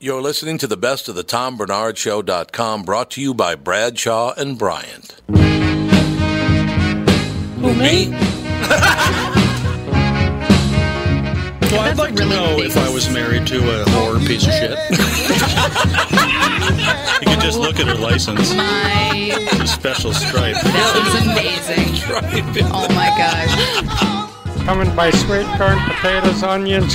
You're listening to the best of the TomBernardShow.com, brought to you by Bradshaw and Bryant. Who, me? Well, I'd That's like to really know if I was married to a whore piece of shit. you could just look at her license. My, It's a special stripe. that was amazing. Oh my gosh. coming by sweet corn, potatoes, onions,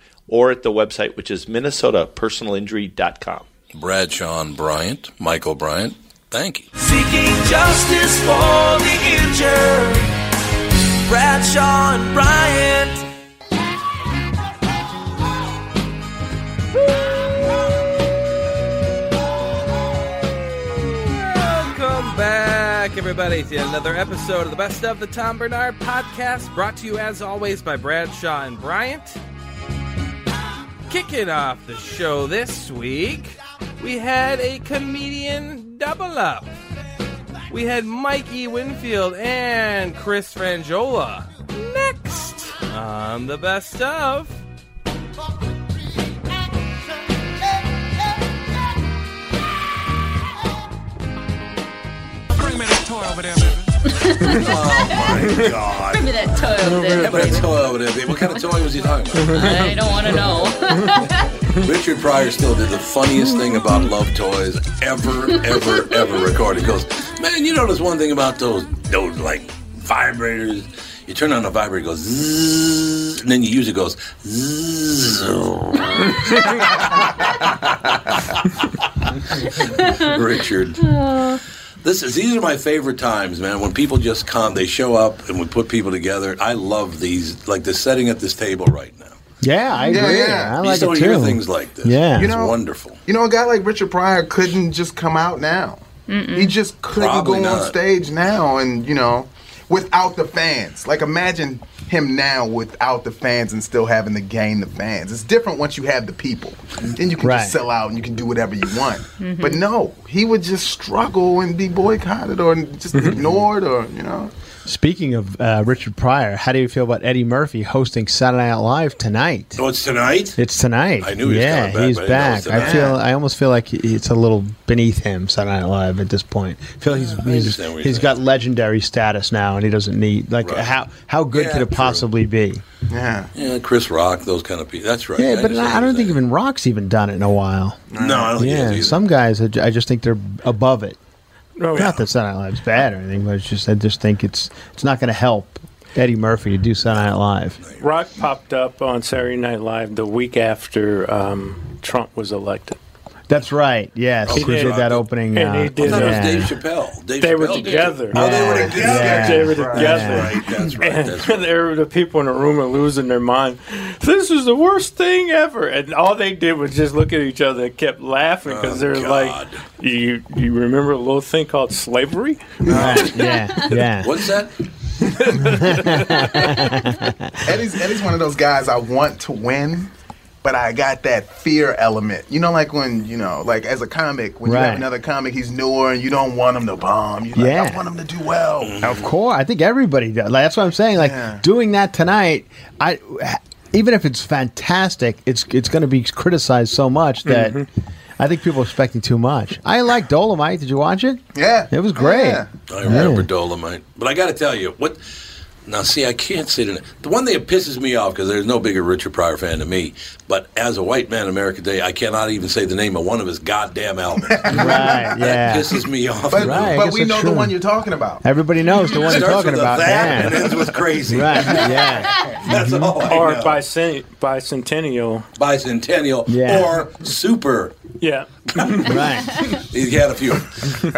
or at the website, which is minnesotapersonalinjury.com. Brad Sean Bryant, Michael Bryant. Thank you. Seeking justice for the injured. Bradshaw and Bryant. Welcome back, everybody, to another episode of the Best of the Tom Bernard Podcast, brought to you as always by Bradshaw and Bryant. Kicking off the show this week, we had a comedian double up. We had Mikey Winfield and Chris Frangiola next on the Best of. Give me that toy over there. Yeah, but that's all over there, babe. What kind of toy was he talking about? I don't want to know. Richard Pryor still did the funniest thing about love toys ever, ever, ever recorded. He goes, man, you notice one thing about those, those like vibrators. You turn on a vibrator, it goes zzz, and then you use it, it goes zzz. Richard. This is these are my favorite times, man. When people just come, they show up, and we put people together. I love these, like the setting at this table right now. Yeah, I Yeah, agree. yeah. I you like still it hear too. things like this. Yeah. it's You know- wonderful. You know, a guy like Richard Pryor couldn't just come out now. He just couldn't Probably go not. on stage now and, you know, without the fans. Like, imagine him now without the fans and still having to gain the fans. It's different once you have the people. Then you can Right. just sell out and you can do whatever you want. But no, he would just struggle and be boycotted or just Mm-hmm. ignored or, you know. Speaking of uh, Richard Pryor, how do you feel about Eddie Murphy hosting Saturday Night Live tonight? So Oh, it's tonight. It's tonight. I knew he was yeah, coming back, he's but I didn't back. know it was I feel. I almost feel like it's a little beneath him. Saturday Night Live at this point. I feel he's he's, understand what you're he's saying. got legendary status now, and he doesn't need like Right. how how good Yeah, could it true. possibly be? Yeah. Yeah, Chris Rock, those kind of people. That's right. Yeah, but just I, I don't think even Rock's even done it in a while. No, I don't think he Yeah, is either. some guys, are, ju- I just think they're Oh, above it. Not that Saturday Night Live's bad or anything, but it's just I just think it's it's not going to help. Eddie Murphy to do Saturday Night Live. Rock popped up on Saturday Night Live the week after um, Trump was elected. That's right. Yes, Oh, he Chris did Rock. that opening. And he uh, did yeah. that. Dave Chappelle. Dave they Chappelle were did it. together. Oh, they were together. Yeah. They were Right. together. That's right. And there were the people in the room are losing their mind. This is the worst thing ever. And all they did was just look at each other and kept laughing Oh, because they were like, you, you remember a little thing called slavery? Right. yeah, yeah. What's that? Eddie's Eddie's one of those guys I want to win, but I got that fear element. You know, like when you know, like as a comic, when you Right. have another comic, he's newer, and you don't want him to bomb. You Yeah. like, I want him to do well. Of course, I think everybody does. Like, that's what I'm saying. Like doing that tonight, I even if it's fantastic, it's it's going to be criticized so much that Mhm. Mm-hmm. I think people are expecting too much. I like Dolomite. Did you watch it? Yeah, it was great. Yeah. I remember Dolomite. But I got to tell you, what. Now, see, I can't say that. The one thing that pisses me off, because there's no bigger Richard Pryor fan than me, but as a white man in America today, I cannot even say the name of one of his goddamn albums. right? That pisses me off. But, Right, I but guess we that's know the true. one you're talking about. Everybody knows the one you're Starts talking with a about. that and yeah. ends with crazy. Right? Yeah. That's all I Or know. bicen- bicentennial. Bicentennial. Yeah. Or Super. Yeah. right. He had a few.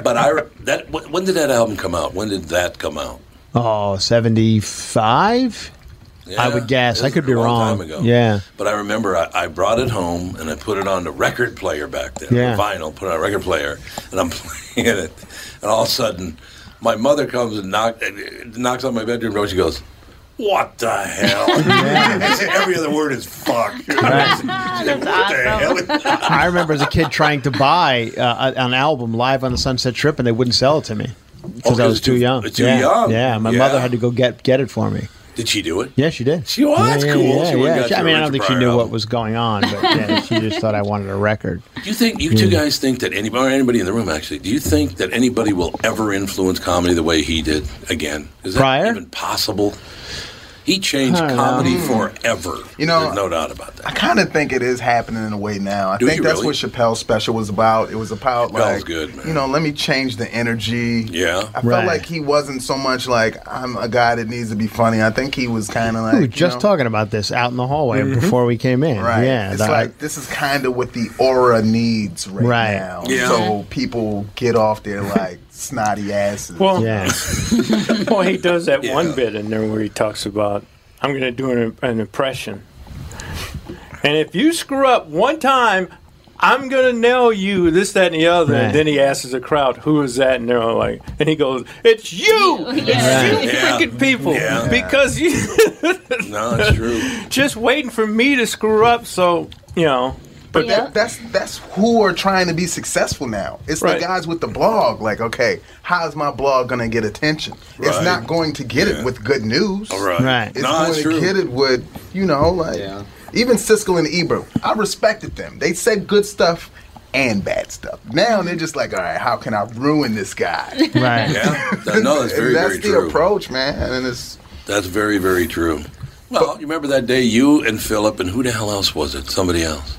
But I. That, when when did that album come out? When did that come out? Oh, 75? I Yeah, would guess. I this could is be a long wrong. time ago. Yeah. But I remember I, I brought it home and I put it on the record player back then, Yeah. vinyl, put it on a record player, and I'm playing it. And all of a sudden, my mother comes and knock, knocks on my bedroom door. She goes, What the hell? And Every other word is fuck. She said, what the hell is I remember as a kid trying to buy uh, a- an album live on the Sunset Trip, and they wouldn't sell it to me because I was too young. Oh, too yeah. young. Yeah, my Yeah. mother had to go get get it for me. Did she do it? Yeah, she did. She- oh, Yeah, that's yeah, cool. Yeah, She went and yeah. got She- I you a mean, I Richard don't think she Pryor knew what album. was going on, but yeah, she just thought I wanted a record. Do you think you two guys think that anybody or anybody in the room actually? Do you think that anybody will ever influence comedy the way he did again? Is that even possible? He changed I don't comedy know. forever. You know- There's no doubt about that. I kind of think it is happening in a way now. I Do think you that's really? what Chappelle's special was about. It was about Chappelle's like, good, man. you know, let me change the energy. Yeah, I felt like he wasn't so much like I'm a guy that needs to be funny. I think he was kind of like we were you just know, talking about this out in the hallway Mm-hmm. Mhm. before we came in. Right. Yeah. it's that- like this is kind of what the aura needs right, Right. now. Yeah. So people get off their like snotty asses. Well, well, he does that one bit in there where he talks about, I'm going to do an, an impression. And if you screw up one time, I'm going to nail you, this, that, and the other. Right. And then he asks the crowd, who is that? And they're all like, and he goes, it's you! It's you Yeah. freaking people! Yeah. Because you No, it's true. just waiting for me to screw up, so, you know. But that, that's that's who are trying to be successful now. It's Right. the guys with the blog. Like, okay, how is my blog going to get attention? It's Right. not going to get it with good news. All right. Right. It's No, going that's to true. get it with you know like even Siskel and Ebert. I respected them. They said good stuff and bad stuff. Now they're just like, all right, how can I ruin this guy? Right. Yeah. No, that's very, very that's the true. approach, man. And it's That's very, very true. Well, you remember that day you and Philip and who the hell else was it? Somebody else.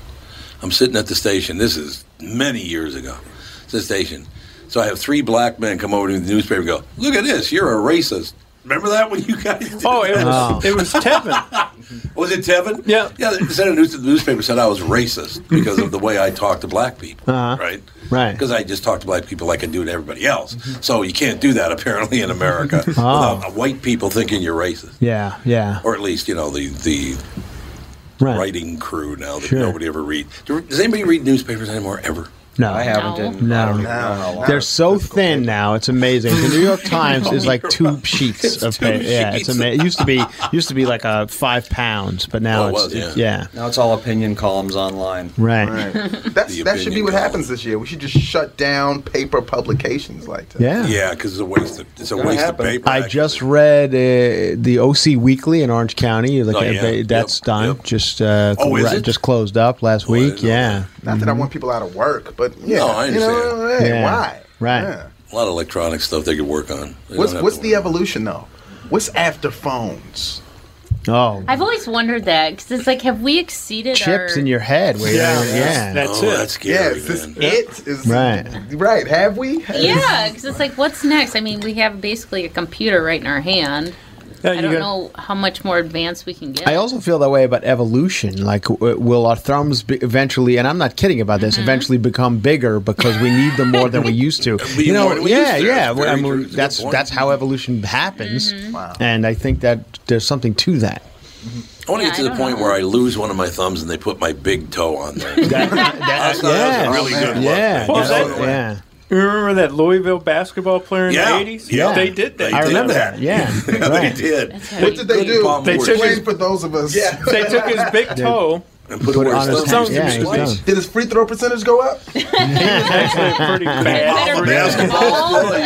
I'm sitting at the station. This is many years ago. It's the station. So I have three black men come over to the newspaper and go, Look at this, you're a racist. Remember that when you guys did Oh, it was that? it was Tevin. was it Tevin? Yeah. Yeah, they said in the news- the newspaper said I was racist because of the way I talked to black people. Uh-huh. Right? Right. Because I just talk to black people like I do to everybody else. So you can't do that apparently in America Oh. without white people thinking you're racist. Yeah. Yeah. or at least you know the the Right. writing crew now that Sure. nobody ever read. Do- Does anybody read newspapers anymore? Ever? No, I haven't, No. and I No, don't even know how long. they're so thin now. It's amazing. The New York Times is like two sheets of two paper. Yeah, it's sheets. amazing. It used to be used to be like a five pounds, but now Oh, it it's, was, it's- yeah. Now it's all opinion columns online. Right. that's that should be what happens this year. We should just shut down paper publications like that. Yeah. Yeah, because it's a waste of it's a Gonna waste happen. of paper. I just read uh, the OC Weekly in Orange County. Like Oh, yeah. they- Yep, that's done. Just uh, Oh, is ra- it? just closed up last week. Yeah. Mm-hmm. Not that I want people out of work, but yeah, No, I you know, understand. hey, Yeah. why? Right. Yeah. a lot of electronic stuff they could work on. They What's don't have what's to- the evolution though? What's after phones? Oh, I've always wondered that because it's like, have we exceeded chips our? in your head. where you're- Yeah, Yeah. that's- that's Oh, it. that's scary, Yeah, it's just it is right. Right? Have we? Yeah, because it's like, what's next? I mean, we have basically a computer right in our hand. Yeah, I you don't got- know how much more advanced we can get. I also feel that way about evolution. Like, w- will our thumbs be eventually, and I'm not kidding about Mm-hmm. this, eventually become bigger because we need them more than we used to? Be you know, more than we yeah, used to. yeah. That's very I mean, true. It's a good that's point. that's how evolution happens, Mm-hmm. and I think that there's something to that. I want to get to the point where I lose one of my thumbs and they put my big toe on there. That's not- that was a really good look. yeah, Well, Yeah. that- yeah. You remember that Louisville basketball player in Yeah, the eighties? yeah. they did that. They I did remember that. that, Yeah, they did. What did they do? They took Explain his- for those of us. Yeah. They took his big They- toe and put it where his thumb is. Yeah, he's done. Did his free throw percentage go up? actually pretty bad.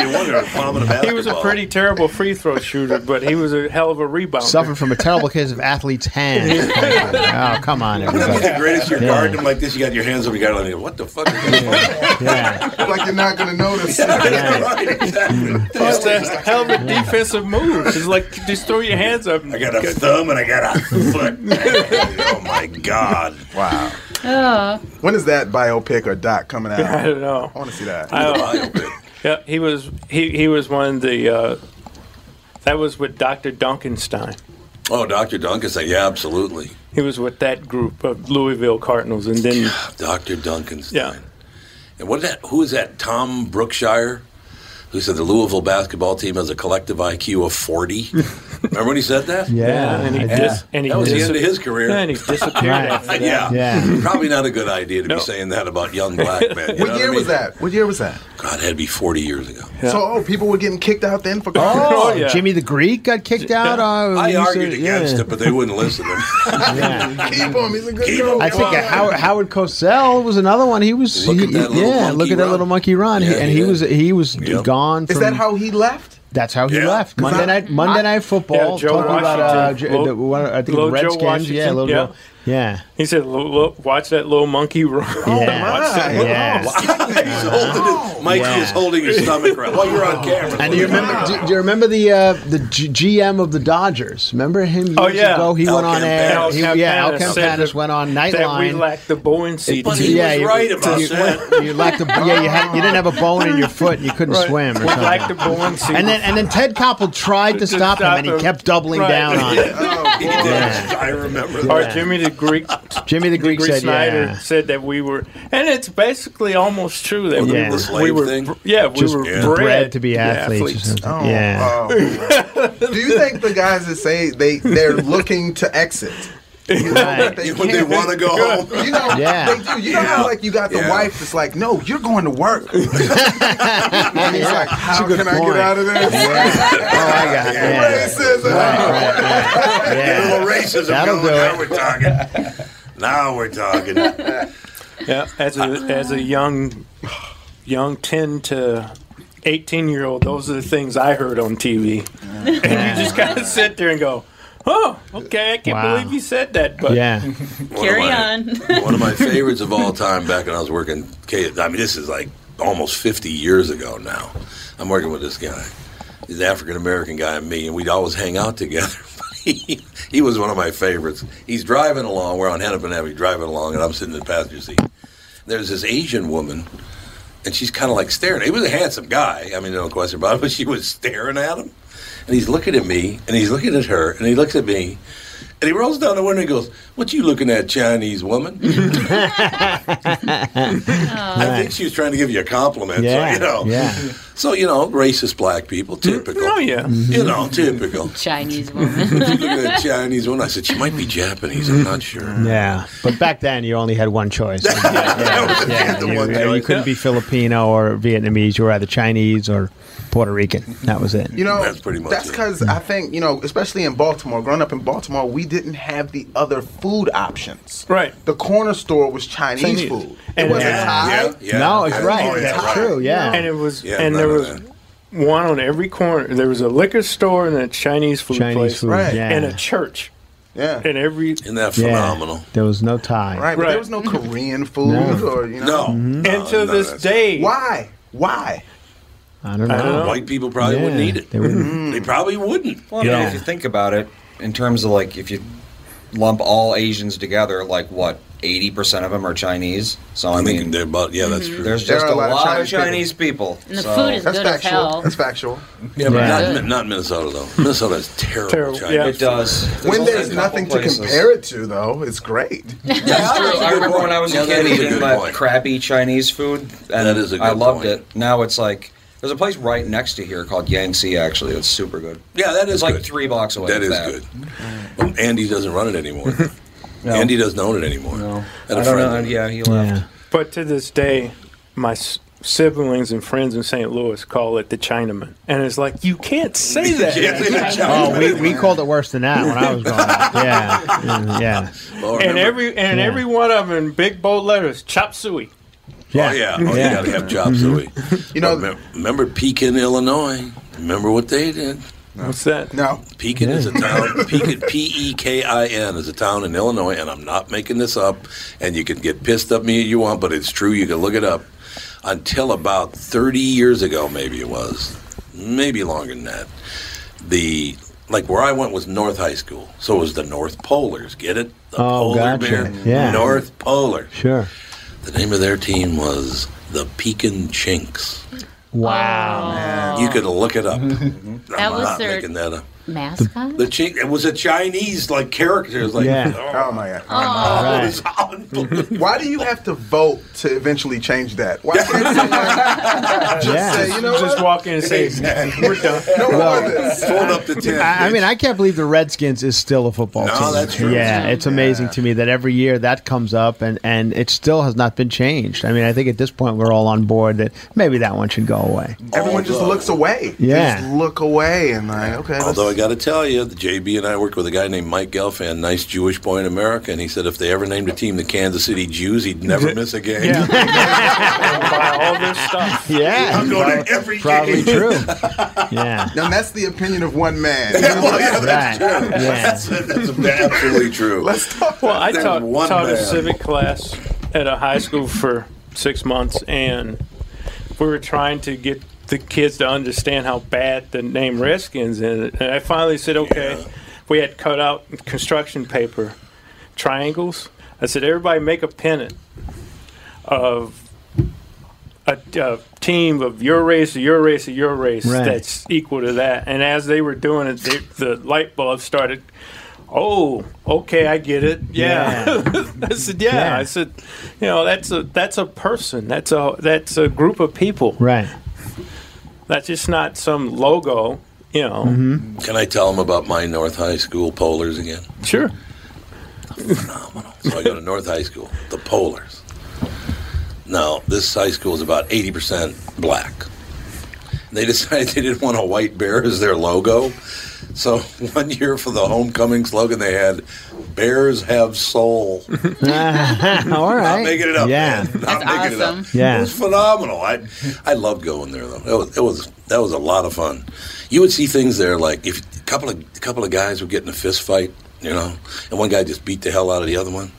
You wonder if bombing a He was a basketball. pretty terrible free throw shooter, but he was a hell of a rebounder. Suffered from a terrible case of athlete's hand. oh, come on, Wouldn't that be the everybody. greatest? You're Yeah. guarding them like this. You got your hands over your guy. Like, what the fuck? Is like you're not going to notice. It's a hell of a defensive move. It's like just throw your hands up. I got a thumb and I got a foot. oh my god! Wow. Oh. When is that biopic or doc coming out? I don't know. I want to see that. I don't- Oh. yeah, he was he, he was one of the uh, that was with Dr. Duncanstein. Oh, Doctor Duncan said, yeah, absolutely. He was with that group of Louisville Cardinals, and then Doctor Duncan's. yeah, And what is that? Who is that? Tom Brookshire, who said the Louisville basketball team has a collective IQ of forty. Remember when he said that? Yeah, and he Yeah. dis- and he that was the dis- end of his career. Yeah, and he disappeared after that. yeah. Yeah. probably not a good idea to be saying that about young black men. You know what year I mean? was that? What year was that? God, it had to be forty years ago. So oh, people were getting kicked out then for Oh, Jimmy the Greek got kicked out. Uh, I he said- argued against yeah. it, but they wouldn't listen to me. Keep him. He's a good Keep girl. I think Oh, Wow. Howard, Howard Cosell was another one. He was, Look he- at that little yeah. monkey Look at that run. little monkey run, He- Yeah, and he he did. was he was gone. Is from- that how he left? That's how he Yeah. left. 'Cause Monday I- night, Monday I- night football. Yeah, Joe talking about uh, Washington. J- the, one- I think Little the Joe Redskins. Yeah, Washington, little yeah. Joe- yeah. he said, "Lo- lo- "Watch that little monkey run." Yeah. Watch that little- Yes. He's holding it. Mike's Yeah. just holding his stomach right while you're on camera. And do you remember? Do, do you remember the uh, the G- GM of the Dodgers? Remember him? Years Oh, yeah. ago? he Al went on air. Campanis. He, Al yeah, Al Campanis said Campanis that- went on That we Nightline. lack the buoyancy. But to- he was right about that. You lacked a yeah. You had you didn't have a bone in your foot. and You couldn't Right. swim. Or We something. lacked the buoyancy. And then and then Ted Koppel tried to To stop him, stop and he him. kept doubling Right. down on it. Oh, He did. I remember Or that. Jimmy the Greek, Jimmy the Greek said, Snyder yeah. said that we were, and it's basically almost true Yeah. that we The were, slave we were, thing? yeah, we Just were yeah. bred, bred to be athletes or something. Oh, Yeah. oh. Do you think the guys that say they they're looking to exit? You know, Right. that they, When they want to go home. You know, Yeah. they do. You know how like you got the Yeah. wife that's like, no, you're going to work. and he's like, how can I get point. out of this? Oh, I got yeah. Racism. Get a little racism That'll going. do now it. we're talking. Now we're talking. Yeah, as a as a young young ten to eighteen year old, those are the things I heard on TV, and you just gotta sit there and go, "Oh, okay, I can't Wow. believe you said that." But yeah, One of Carry my- on. One of my favorites of all time back when I was working K I mean this is like almost 50 years ago now. I'm working with this guy. He's an African American guy and me and we'd always hang out together. he, he was one of my favorites. He's driving along, we're on Hennepin Avenue driving along and I'm sitting in the passenger seat. There's this Asian woman and she's kind of like staring. He was a handsome guy. I mean, no question about it. But she was staring at him, and he's looking at me, and he's looking at her, and he looks at me, and he rolls down the window and goes, "What you looking at, Chinese woman?" I think she was trying to give you a compliment. So, Yeah, you know. yeah. So you know, racist black people, typical. Oh yeah. You know, typical. Chinese What woman. you looking at, Chinese woman? I said she might be Japanese. I'm not sure. yeah. But back then, you only had one choice. Yeah, you, one you choice, couldn't be Filipino or Vietnamese. You were either Chinese or Puerto Rican. That was it. You know, That's that's pretty much it. because I think you know, especially in Baltimore. Growing up in Baltimore, we didn't have the other food options. Right. The corner store was Chinese, Chinese. food. And- it wasn't Yeah. Thai. Yeah, yeah. No, it's It right. wasn't That's Thai. true, yeah. and it was Yeah, and none there was of one on every corner. There was a liquor store and a Chinese food Chinese place, food, Right. yeah. and a church. Yeah, and every Isn't that Yeah. phenomenal? There was no tie. Right, but there was no Korean food No. or you No. know. And No, to no, this that's- day, Why? Why? I don't know. White people probably Yeah, wouldn't eat it. they wouldn't. They probably wouldn't. Well, I mean, if you think about it, in terms of like if you lump all Asians together, like what eighty percent of them are Chinese. So I, I think mean, they're about yeah, that's true. There's There just are Mm-hmm. a lot, of Chinese people. so- That's factual. Yeah, but Yeah. not Not, not Minnesota though. Minnesota is terrible. Terrible, Chinese yeah. food. It does. when there's nothing to compare it to, though, it's great. That's true. I remember when I was Yeah, a that kid is a eating good my point. crappy Chinese food, and That is a good I loved point. it. Now it's like there's a place right next to here called Yangtze. Actually, it's super good. Yeah, that is It's like good. three blocks away. from That is that. good. But Andy doesn't run it anymore. Andy doesn't own it anymore. No. I don't know, yeah, he left. But to this day, my s- siblings and friends in St. Louis call it the Chinaman, and it's like you can't say that. Oh, we, we called it worse than that when I was growing up. Yeah, Mm, yeah. and every and Yeah. every one of them in big bold letters, chop suey. Oh yeah, oh, you gotta have chop suey. you know, remember Pekin, Illinois? Remember what they did? What's that? No, Pekin is a town. Pekin, P E K I N, is a town in Illinois, and I'm not making this up. And you can get pissed at me if you want, but it's true. You can look it up. Until about 30 years ago, maybe it was, maybe longer than that. The like where I went was North High School, so it was the North Polars. Get it? The Oh, Polar gotcha. Bear, Yeah. North Polar. Sure. The name of their team was the Pekin Chinks. Wow. You could look it up. I'm That was not their- making that up. Mascot? The Chink, it was a Chinese like character. It was like, Yeah. oh, my god, Right. Why do you have to vote to eventually change that? Why can't someone just Yeah. say, you know Just what? walk in and say, "We're done." No Well, more of this. up the tent. I, I mean, I can't believe the Redskins is still a football No, team. that's true. Yeah, it's amazing to me that every year that comes up and, and it still has not been changed. I mean, I think at this point we're all on board that maybe that one should go away. Everyone just looks away. They Yeah. just look away and like, okay. let's- Although I got to tell you, the JB and I worked with a guy named Mike Gelfand, nice Jewish boy in America, and he said if they ever named a team the Kansas City Jews, he'd never miss a game. buy all this stuff. Yeah, I'm going to every probably true. Yeah. Now that's the opinion of one man. that's Right. true. Yeah. That's, absolutely true. Well, I There's taught, one taught a man. civic class at a high school for six months, and we were trying to get the kids to understand how bad the name Redskins is. And I finally said, okay, we had cut out construction paper triangles. I said, everybody make a pennant of a, a team of your race, your race, your race Right. that's equal to that. And as they were doing it, they, the light bulb started. Oh, okay, I get it. Yeah, I said, yeah. Yeah. I said, you know, that's a that's a person. That's a that's a group of people. Right. That's just not some logo. You know. Can I tell him about my North High School Polars again? Sure. So I go to North High School, the Polars. Now, this high school is about 80% black. They decided they didn't want a white bear as their logo. So one year for the homecoming slogan, they had Bears Have Soul. Uh-huh. all right. Not making it up. Yeah. man. Not making it up. Yeah. It was phenomenal. I I loved going there though. It was it was that was a lot of fun. You would see things there like if a couple of a couple of guys were getting a fist fight, you know, and one guy just beat the hell out of the other one.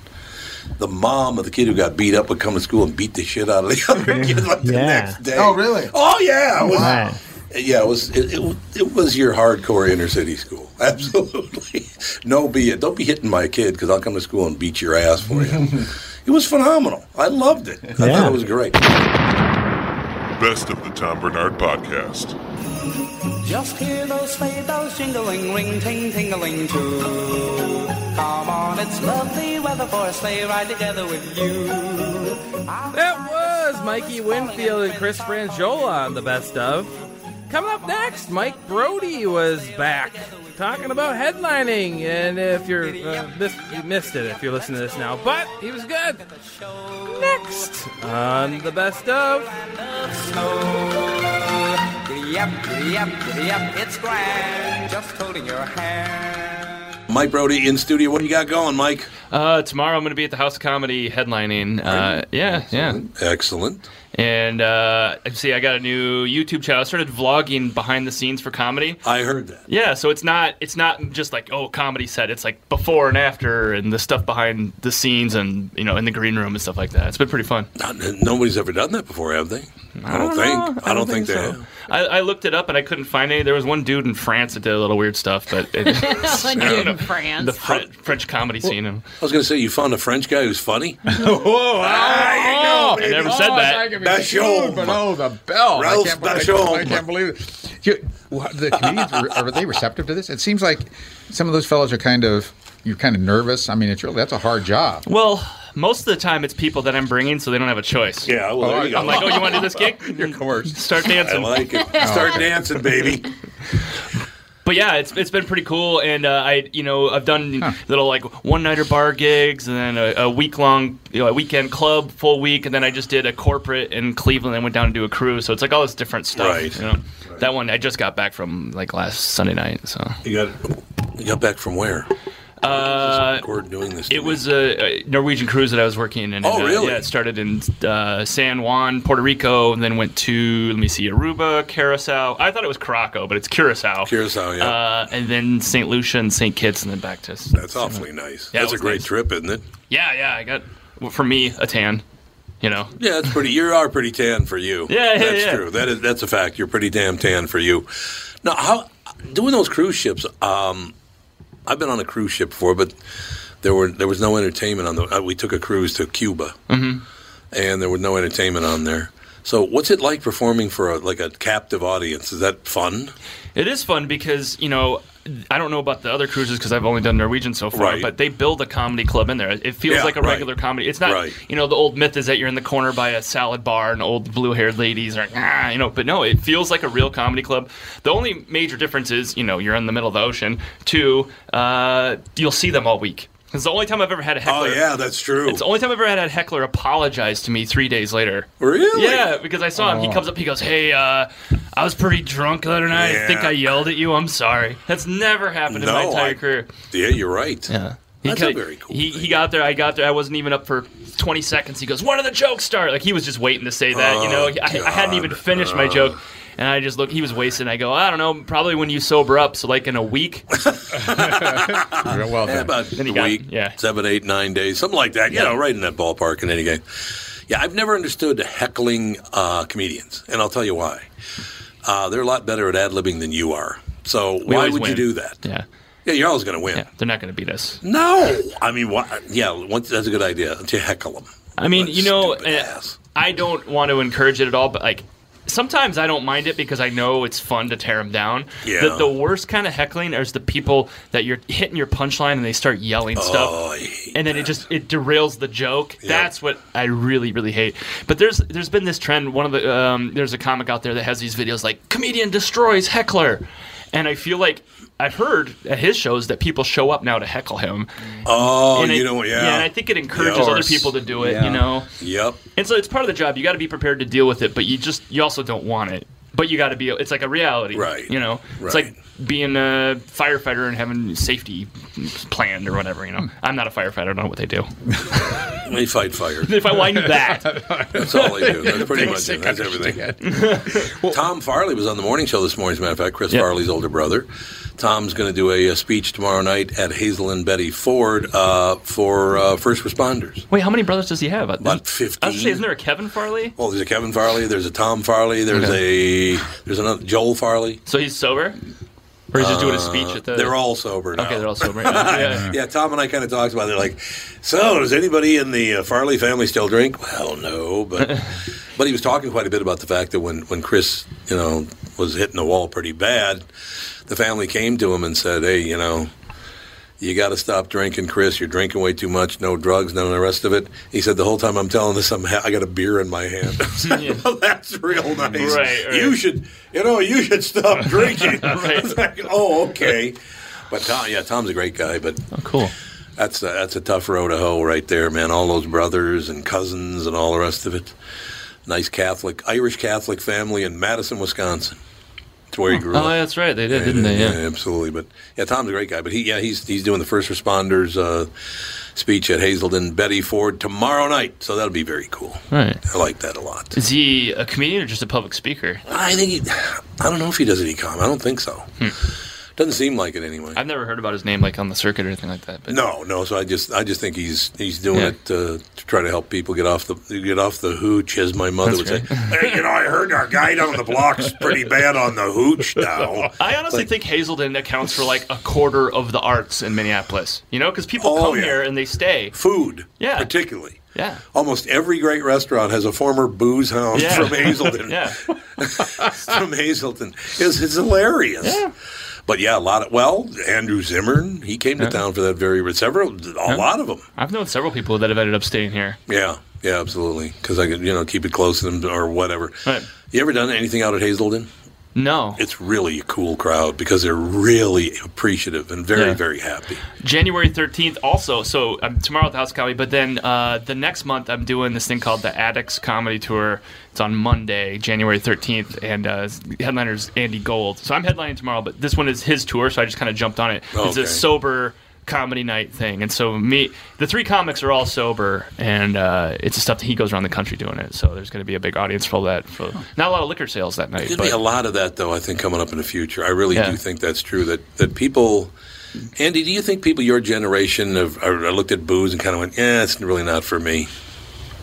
The mom of the kid who got beat up would come to school and beat the shit out of the other kid like the Yeah. next day. Oh, really? Oh yeah. It was, Wow. Yeah, it was it, it, it was your hardcore inner city school. Absolutely. No BS. Don't be hitting my kid because I'll come to school and beat your ass for you. It was phenomenal. I loved it. I Yeah. thought it was great. Best of the Tom Bernard Podcast. Just hear those sleigh bells jingling, ring ting tingling too. Come on, it's lovely weather for a sleigh ride together with you. That was Mikey Winfield and Chris Frangiola on the best of. Coming up next, Mike Brody was back talking about headlining. And if you're uh, this, you missed it if you're listening to this now, but he was good. Next on the best of. Giddy up, giddy up, giddy up, it's grand. Just holding your hand. Mike Brody in studio. What do you got going, Mike? Uh, tomorrow I'm going to be at the House of Comedy headlining. Uh, yeah, yeah. Excellent. And uh, see, I got a new YouTube channel. I started vlogging behind the scenes for comedy. I heard that. Yeah, so it's not it's not just like oh comedy set. It's like before and after and the stuff behind the scenes and you know in the green room and stuff like that. It's been pretty fun. Not, nobody's ever done that before, have they? I don't think. I don't think they have. I, I looked it up and I couldn't find any. There was one dude in France that did a little weird stuff, but it, One I don't dude know. in France. the French, French comedy scene. And I was going to say you found a French guy who's funny. Whoa! I Oh, never Oh, said that. That's your- But oh, the bell! Ralph, I can't, believe- that's your- I can't believe it. You- what- the comedians were- are they receptive to this? It seems like some of those fellows are kind of you're kind of nervous. I mean, it's really that's a hard job. Well, most of the time it's people that I'm bringing, so they don't have a choice. Yeah, well, there you go. I'm like, oh, you want to do this gig? You're coerced. Start dancing. I like it. Start dancing, baby. But yeah, it's it's been pretty cool, and uh, I you know I've done little like one nighter bar gigs, and then a, a week long you know a weekend club full week, and then I just did a corporate in Cleveland, and went down to do a cruise. So it's like all this different stuff. Right. you know? That one I just got back from like last uh, Sunday night. So you got you got back from where? Uh, doing this. It was a, a Norwegian cruise that I was working in. Oh, uh, really? yeah, it started in uh, San Juan, Puerto Rico, and then went to let me see, Aruba, Curacao. I thought it was Caraco, but it's Curacao. Curacao, yeah. Uh, and then St. Lucia and St. Kitts, and then back to. That's awfully nice. Yeah, That's a it was great nice. trip, isn't it? Yeah, yeah. I got well, for me a tan. You know. Yeah, it's pretty. You are pretty tan for you. Yeah, yeah, that's yeah. true. That is that's a fact. You're pretty damn tan for you. Now, how doing those cruise ships? Um, I've been on a cruise ship before, but there were there was no entertainment on the. Uh, we took a cruise to Cuba, Mm-hmm. and there was no entertainment on there. So, what's it like performing for a, like a captive audience? Is that fun? It is fun because you know I don't know about the other cruises because I've only done Norwegian so far, Right. but they build a comedy club in there. It feels Yeah, like a right. regular comedy. It's not Right. you know the old myth is that you're in the corner by a salad bar and old blue haired ladies are ah you know, but no, it feels like a real comedy club. The only major difference is you know you're in the middle of the ocean. Two, uh, you'll see them all week. It's the only time I've ever had a heckler. Oh, yeah, that's true. It's the only time I've ever had a heckler apologize to me three days later. Really? Yeah, because I saw him. He comes up. He goes, "Hey, uh, I was pretty drunk the other night. I think Yeah. I yelled at you. I'm sorry. That's never happened in my No, entire I- career." Yeah, you're right. Yeah, He that's kinda- a very cool. He, he got there. I got there. I wasn't even up for 20 seconds. He goes, "When did the joke start?" Like he was just waiting to say that. you know, Oh, I, I hadn't even God. Uh. finished my joke. And I just look. He was wasted. I go. I don't know. Probably when you sober up. So like in a week. well Yeah, about a week, seven, eight, nine days, something like that. You know, right in that ballpark in any game. Yeah, I've never understood heckling uh, comedians, and I'll tell you why. Uh, they're a lot better at ad libbing than you are. So why always would you win. do that? Yeah. Yeah, you're always going to win. They're not going to beat us. No, I mean, why, yeah, once, that's a good idea to heckle them. I mean, you know, and I don't want to encourage it at all, but like sometimes I don't mind it because I know it's fun to tear them down. Yeah. The, the worst kind of heckling is the people that you're hitting your punchline and they start yelling Oh, I stuff, and then it just it derails the joke. That's what I really really hate. But there's there's been this trend. One of the um, there's a comic out there that has these videos like comedian destroys heckler, and I feel like. I've heard at his shows that people show up now to heckle him. Oh, And I- you know, yeah. Yeah, and I think it encourages Yeah. other people to do it. Yeah. You know, Yep. and so it's part of the job. You got to be prepared to deal with it, but you just you also don't want it. But you got to be. It's like a reality, right? You know, it's Right. like being a firefighter and having safety planned or whatever. You know, Hmm. I'm not a firefighter. I don't know what they do. They fight fire. If I why knew that. That's all they do. That's pretty much it. Basic That's everything. Tom Farley was on the morning show this morning, as a matter of fact, Chris Farley's older brother. Tom's going to do a, uh speech tomorrow night at Hazel and Betty Ford uh, for uh, first responders. Wait, how many brothers does he have? About 15. I was saying, isn't there a Kevin Farley? Well, there's a Kevin Farley, there's a Tom Farley, there's a there's another Joel Farley. So he's sober, or he's just doing a Uh, speech at the. They're all sober now. Okay, they're all sober. yeah. Yeah. Tom and I kind of talked about it. Like, so does anybody in the uh, Farley family still drink? Well, no, but but he was talking quite a bit about the fact that when when Chris, you know, was hitting the wall pretty bad, the family came to him and said, "Hey, you know." You got to stop drinking, Chris. You're drinking way too much. No drugs, none of the rest of it. He said the whole time I'm telling this, I'm ha- I got a beer in my hand. That's real nice. Right, right. You should, you know, you should stop drinking. Right. It's like, oh, okay. But Tom, yeah, Tom's a great guy, but Oh, cool. That's a, that's a tough road to hoe right there, man. All those brothers and cousins and all the rest of it. Nice Catholic, Irish Catholic family in Madison, Wisconsin. That's where he grew Oh, up. that's right. They did, didn't they? Yeah. absolutely. But yeah, Tom's a great guy. But he, yeah, he's he's doing the first responders uh, speech at Hazelden Betty Ford tomorrow night. So that'll be very cool. Right. I like that a lot. Is he a comedian or just a public speaker? Hmm. I think he, I don't know if he does any comedy. I don't think so. Doesn't seem like it anyway. I've never heard about his name like on the circuit or anything like that. But No, no. So I just, I just think he's he's doing Yeah. it uh, to try to help people get off the get off the hooch, as my mother That's would say. Hey, you know, I heard our guy down the block's pretty bad on the hooch now. I honestly Like- think Hazelden accounts for like a quarter of the arts in Minneapolis. You know, because people Oh, come yeah. here and they stay. Food, yeah, particularly. Yeah. Almost every great restaurant has a former booze hound Yeah. from Hazelden. yeah. from Hazelton. It's, it's hilarious. But yeah, a lot of well, Andrew Zimmern, he came to town for that very several, a lot of them. I've known several people that have ended up staying here. Yeah, yeah, absolutely. Because I could, you know, keep it close to them or whatever. Right. You ever done anything out at Hazelden? No. It's really a cool crowd because they're really appreciative and very, Yeah. very happy. January 13th, also. So I'm tomorrow at the House of Comedy, but then uh, the next month I'm doing this thing called the Addicts Comedy Tour. It's on Monday, January 13th, and uh, headliner's Andy Gold. So I'm headlining tomorrow, but this one is his tour, so I just kind of jumped on it. It's Oh, Okay. a sober comedy night thing, and so me, the three comics are all sober, and uh, it's the stuff that he goes around the country doing it. So there's going to be a big audience for that. For not a lot of liquor sales that night, There's but going to be a lot of that, though. I think coming up in the future, I really Yeah. do think that's true. That that people, Andy, do you think people your generation have are, are looked at booze and kind of went, "Yeah, it's really not for me."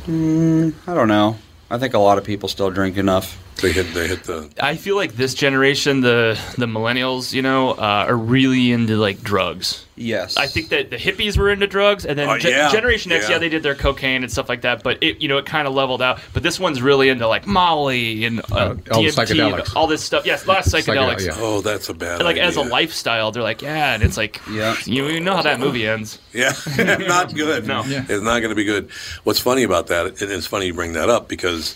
Mm, I don't know. I think a lot of people still drink enough. They hit. They hit the. I feel like this generation, the the millennials, you know, uh, are really into like drugs. Yes. I think that the hippies were into drugs, and then Uh, Oh, Gen- yeah. Generation X, yeah. Yeah. they did their cocaine and stuff like that. But it, you know, it kind of leveled out. But this one's really into like Molly and uh, all the DMT, and psychedelics. all this stuff. Yes, a lot of psychedelics. Oh, that's a bad. And, like as a idea. lifestyle, they're like, yeah, and it's like, yeah, you, you know how that movie ends. Yeah, not good. No, it's not going to be good. What's funny about that, and it's funny you bring that up because,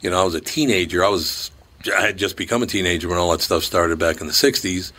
you know, I was a teenager. I was, I had just become a teenager when all that stuff started back in the '60s,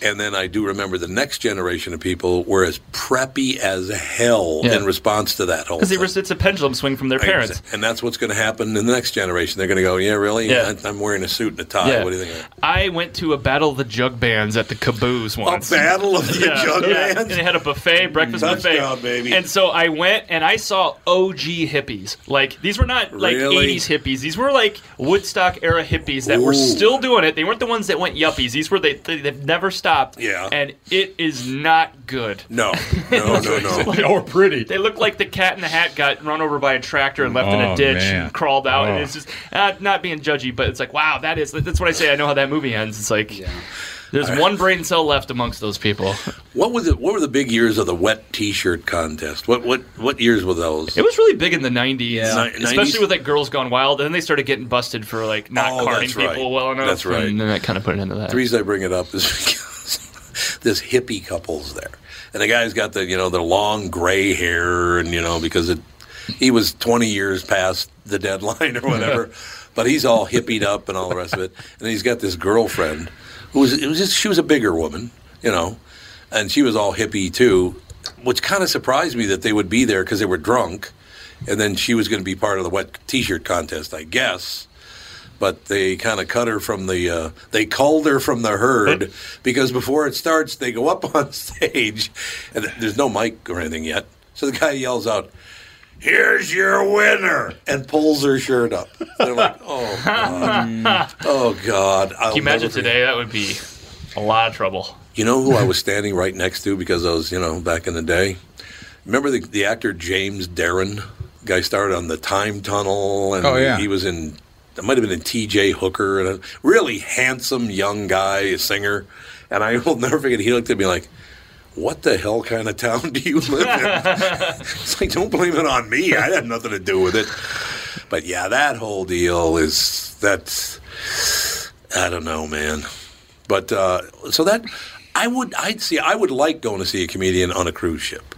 and then I do remember the next generation of people were as preppy as hell Yeah. in response to that whole. Because it's a pendulum swing from their parents. And that's what's going to happen in the next generation. They're going to go, yeah, really? Yeah. I, I'm wearing a suit and a tie. Yeah. What do you think? I went to a battle of the jug bands at the Caboose once. battle of the jug bands? And they had a buffet, breakfast buffet, baby. And so I went and I saw OG hippies. Like these were not like Really? 80s hippies. These were like Woodstock era hippies that were Ooh. still doing it. They weren't the ones that went yuppies. These were they, they they've never stopped. Yeah. And it is not good. No, no, no, no. or pretty. They look like the cat in the hat got run over by a tractor and left in Oh, a ditch man. and crawled out. Oh. And it's just uh, not being judgy, but it's like, wow, that is that's what I say. I know how that movie ends. It's like there's one brain cell left amongst those people. What was it? What were the big years of the wet T-shirt contest? What what what years were those? It was really big in the '90s, Yeah. Ni- especially 90s? with like Girls Gone Wild, and then they started getting busted for like not Oh, carding that's right. people well enough. That's right. And then that kind of put an end to that. The reason I bring it up is because this hippie couple's there, and the guy's got the you know the long gray hair, and you know because it he was twenty years past the deadline or whatever, but he's all hippied up and all the rest of it, and he's got this girlfriend who was it was just she was a bigger woman, you know, and she was all hippie too, which kind of surprised me that they would be there because they were drunk, and then she was going to be part of the wet t-shirt contest, I guess but they kind of cut her from the uh, they culled her from the herd because before it starts they go up on stage and there's no mic or anything yet so the guy yells out here's your winner and pulls her shirt up they're like oh god oh god I'll Can you imagine never forget- today? That would be a lot of trouble. you know who I was standing right next to because I was, you know, back in the day? Remember the, the actor James Darren? Guy started on the Time Tunnel, and Oh, yeah. he was in. It might have been in T.J. Hooker, and a really handsome young guy, a singer. And I will never forget. He looked at me like, "What the hell kind of town do you live in?" it's like, don't blame it on me. I had nothing to do with it. But yeah, that whole deal is that's. I don't know, man. But uh, so that I would I'd see I would like going to see a comedian on a cruise ship.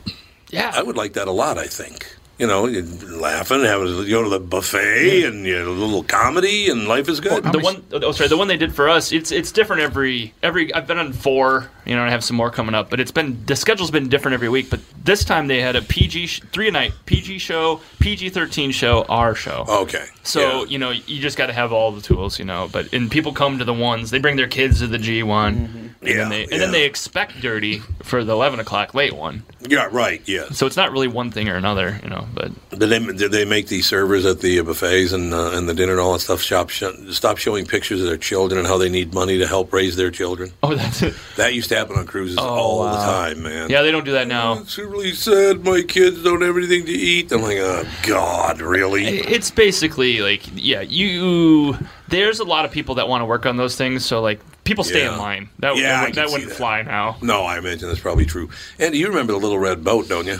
Yeah, I would like that a lot. I think you know, you're laughing, having you go to the buffet and you know, a little comedy and life is good. the one oh sorry the one they did for us it's it's different every every i've been on four you know and i have some more coming up but it's been the schedule's been different every week but this time they had a pg sh- three a night pg show pg-13 show our show okay so you know you just got to have all the tools you know but and people come to the ones they bring their kids to the g1 and then they and then they expect dirty for the eleven o'clock late one. Yeah, right. Yeah. So it's not really one thing or another, you know. But Did they did they make the servers at the buffets and uh, and the dinner and all that stuff shop sh- stop showing pictures of their children and how they need money to help raise their children? Oh, that's it. That used to happen on cruises all the time, man. Oh, Yeah, they don't do that now. It's really sad. My kids don't have anything to eat. I'm like, oh God, really? It's basically like yeah, you. There's a lot of people that want to work on those things, so like people stay Yeah. in line. That Yeah, I that, can would- that see wouldn't that. fly now. No, I imagine that's probably true. And you remember the little red boat, don't you?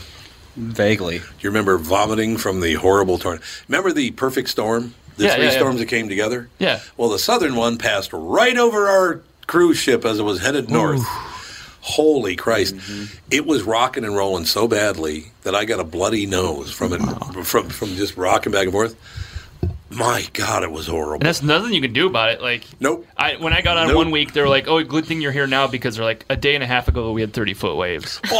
Vaguely. Do you remember vomiting from the horrible tornado? Remember the perfect storm? The Yeah, three yeah, yeah. storms that came together? Yeah. Well, the southern one passed right over our cruise ship as it was headed north. Holy Christ! Mm-hmm. It was rocking and rolling so badly that I got a bloody nose from it from from just rocking back and forth. My God, it was horrible. And that's nothing you can do about it. Like, nope. I when I got on Nope. one week, they were like, "Oh, good thing you're here now," because they're like, a day and a half ago we had 30 foot waves.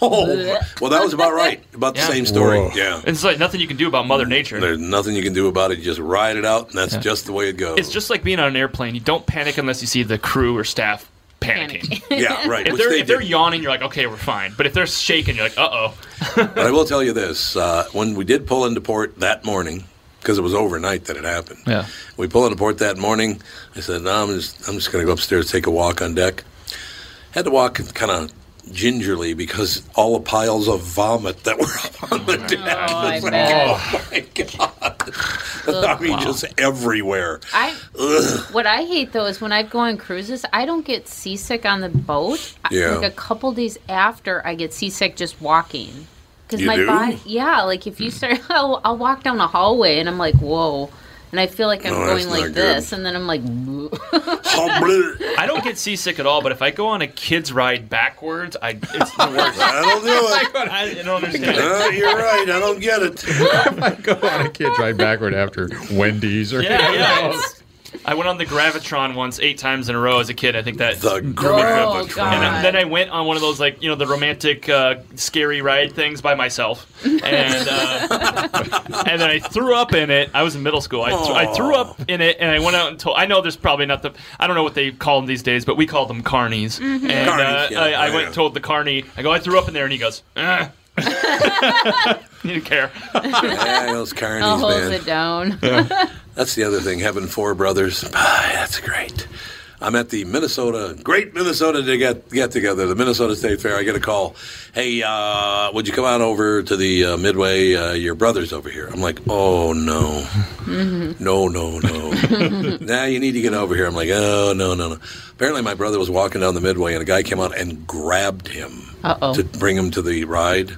Oh, well, that was about right. About the Yeah. same story. Yeah. It's like nothing you can do about Mother Nature. There's nothing you can do about it. You just ride it out, and that's just the way it goes. It's just like being on an airplane. You don't panic unless you see the crew or staff panicking. Yeah, right, If which they're they if they're did. yawning, you're like, okay, we're fine. But if they're shaking, you're like, uh oh. but I will tell you this: uh, when we did pull into port that morning, because it was overnight that it happened, Yeah. we pull into port that morning. I said, "No, I'm just I'm just going to go upstairs, take a walk on deck." Had to walk kind of gingerly because all the piles of vomit that were up on the deck. Oh, I It's like, bet. oh, my god! I mean, Wow. just everywhere. I Ugh. what I hate though is when I go on cruises, I don't get seasick on the boat. I- Yeah. Like a couple days after, I get seasick just walking. Because You my do? Hmm. body, yeah, like if you start, I'll, I'll walk down a hallway and I'm like, whoa, and I feel like I'm Oh, No, that's going not like good. this, and then I'm like, I don't get seasick at all, but if I go on a kids ride backwards, I it's the worst. That'll do it. I don't understand. Uh, you're right. I don't get it. I can't drive backward after Wendy's or Yeah, yeah. it's- I went on the Gravitron once eight times in a row as a kid. I think that the Gravitron. God. and then I went on one of those like you know the romantic uh, scary ride things by myself, and uh, and then I threw up in it. I was in middle school. I, th- I threw up in it, and I went out and told. I know there's probably not the I don't know what they call them these days, but we call them carnies. Mhm. And Carnies, uh, yeah, I, I yeah. went and told the carny. I go, I threw up in there, and he goes. "Eh." he didn't care. Yeah, those carnies, I'll hold man. it down. Yeah. That's the other thing. Having four brothers, Ah, that's great. I'm at the Minnesota, great Minnesota to get, get together, the Minnesota State Fair. I get a call. Hey, uh, would you come on over to the uh, Midway? Uh, your brother's over here. I'm like, oh, no. No, no, no. nah, you need to get over here. I'm like, oh, no, no, no. Apparently, my brother was walking down the Midway, and a guy came out and grabbed him Uh to bring him to the ride.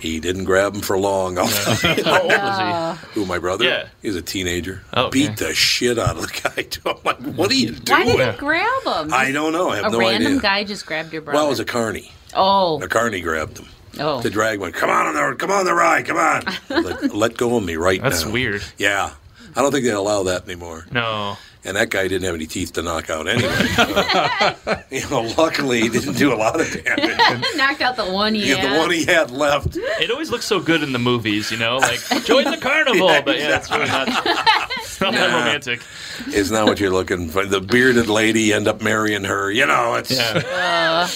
He didn't grab him for long. I'll tell you How old that. was Who, my brother? Yeah. He was a teenager. Beat the shit out of the guy. too. I'm like, what are you Oh, Why doing? did you grab him? I don't know. I have a no random idea. guy just grabbed your brother. Well, it was a carney. oh, A carney grabbed him. Oh. The drag went, come on on the, come on the ride, come on. I was like, Let go of me right now. That's weird. Yeah. I don't think they allow that anymore. No. And that guy didn't have any teeth to knock out anyway. So, you know, luckily he didn't do a lot of damage. knocked out the one. Yeah, the one he had left. It always looks so good in the movies, you know, like join the carnival, but yeah, it's really not, it's not that Yeah. romantic. It's not what you're looking for. The bearded lady end up marrying her. You know, it's. Uh,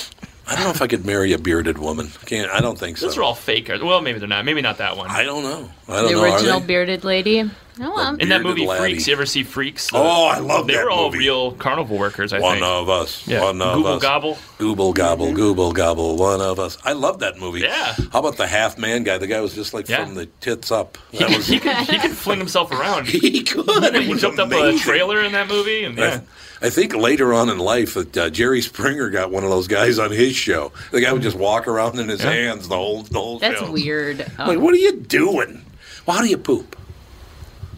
I don't know if I could marry a bearded woman. Can't. I don't think so. Those are all fake. Or, well, maybe they're not. Maybe not that one. I don't know. I don't the know. are original they? bearded lady. Oh, No, I'm In that movie laddie. Freaks, you ever see Freaks? Oh, I love they that were Uh, all movie. real carnival workers. I One think. of us. Yeah. One of Google us. gobble. Mm-hmm. Google gobble. Google gobble. One of us. I love that movie. Yeah. How about the half man guy? The guy was just like from the tits up. He That could, was, he, could, he could fling himself around. He could. He jumped up a amazing. trailer in that movie, and yeah. I, I think later on in life that uh, Jerry Springer got one of those guys on his show. The guy would just walk around in his Yeah. hands the whole the whole That's show. weird. Oh. I'm like, what are you doing? Well, how do you poop?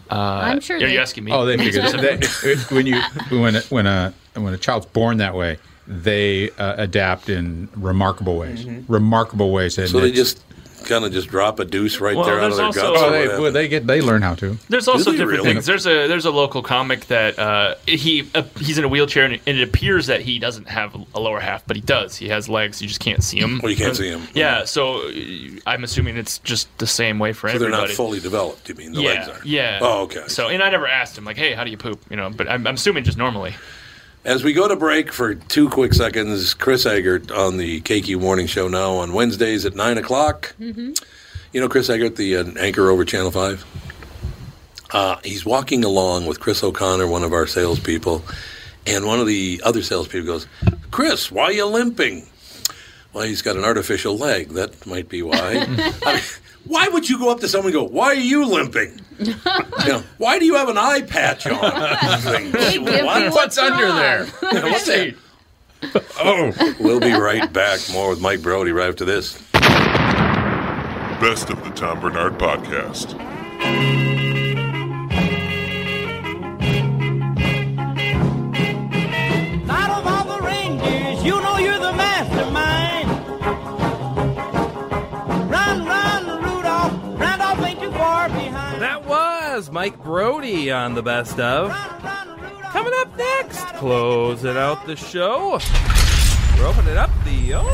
Uh, I'm sure Are they- you asking me? Oh, they figured it. They, when you when a, when a when a child's born that way, they uh, adapt in remarkable ways. Remarkable ways. And Mm-hmm. So they it's- just kind of just drop a deuce right Well, there out of there's their also- guts. or oh, they, whatever. well, they get they learn how to. There's also they different really? things. There's a there's a local comic that uh, he uh, he's in a wheelchair and it, and it appears that he doesn't have a lower half, but he does. He has legs. You just can't see him. Well, you can't see 'em. Yeah. So uh, I'm assuming it's just the same way for so they're everybody. not fully developed. You mean the yeah, legs are? Yeah. Oh, okay. So and I never asked him like, hey, how do you poop? You know, but I'm, I'm assuming just normally. As we go to break for two quick seconds, Chris Eggert on the KQ Morning Show now on Wednesdays at 9 o'clock. You know Chris Eggert, the uh, anchor over Channel 5? Uh, he's walking along with Chris O'Connor, one of our salespeople, and one of the other salespeople goes, Chris, why you limping? Well, he's got an artificial leg. That might be why. I mean, why would you go up to someone and go, Why are you limping? You know, why do you have an eye patch on? Hey, give me what's What's under on. there? Let me What's see. it? Oh, we'll be right back. More with Mike Brody right after this. Best of the Tom Bernard Podcast. Out of all the reindeers, you know you're the mastermind. Run, run, Rudolph. Randolph ain't too far behind. That was Mike Brody on the best of. Coming up next, closing out the show. We're opening up the oh,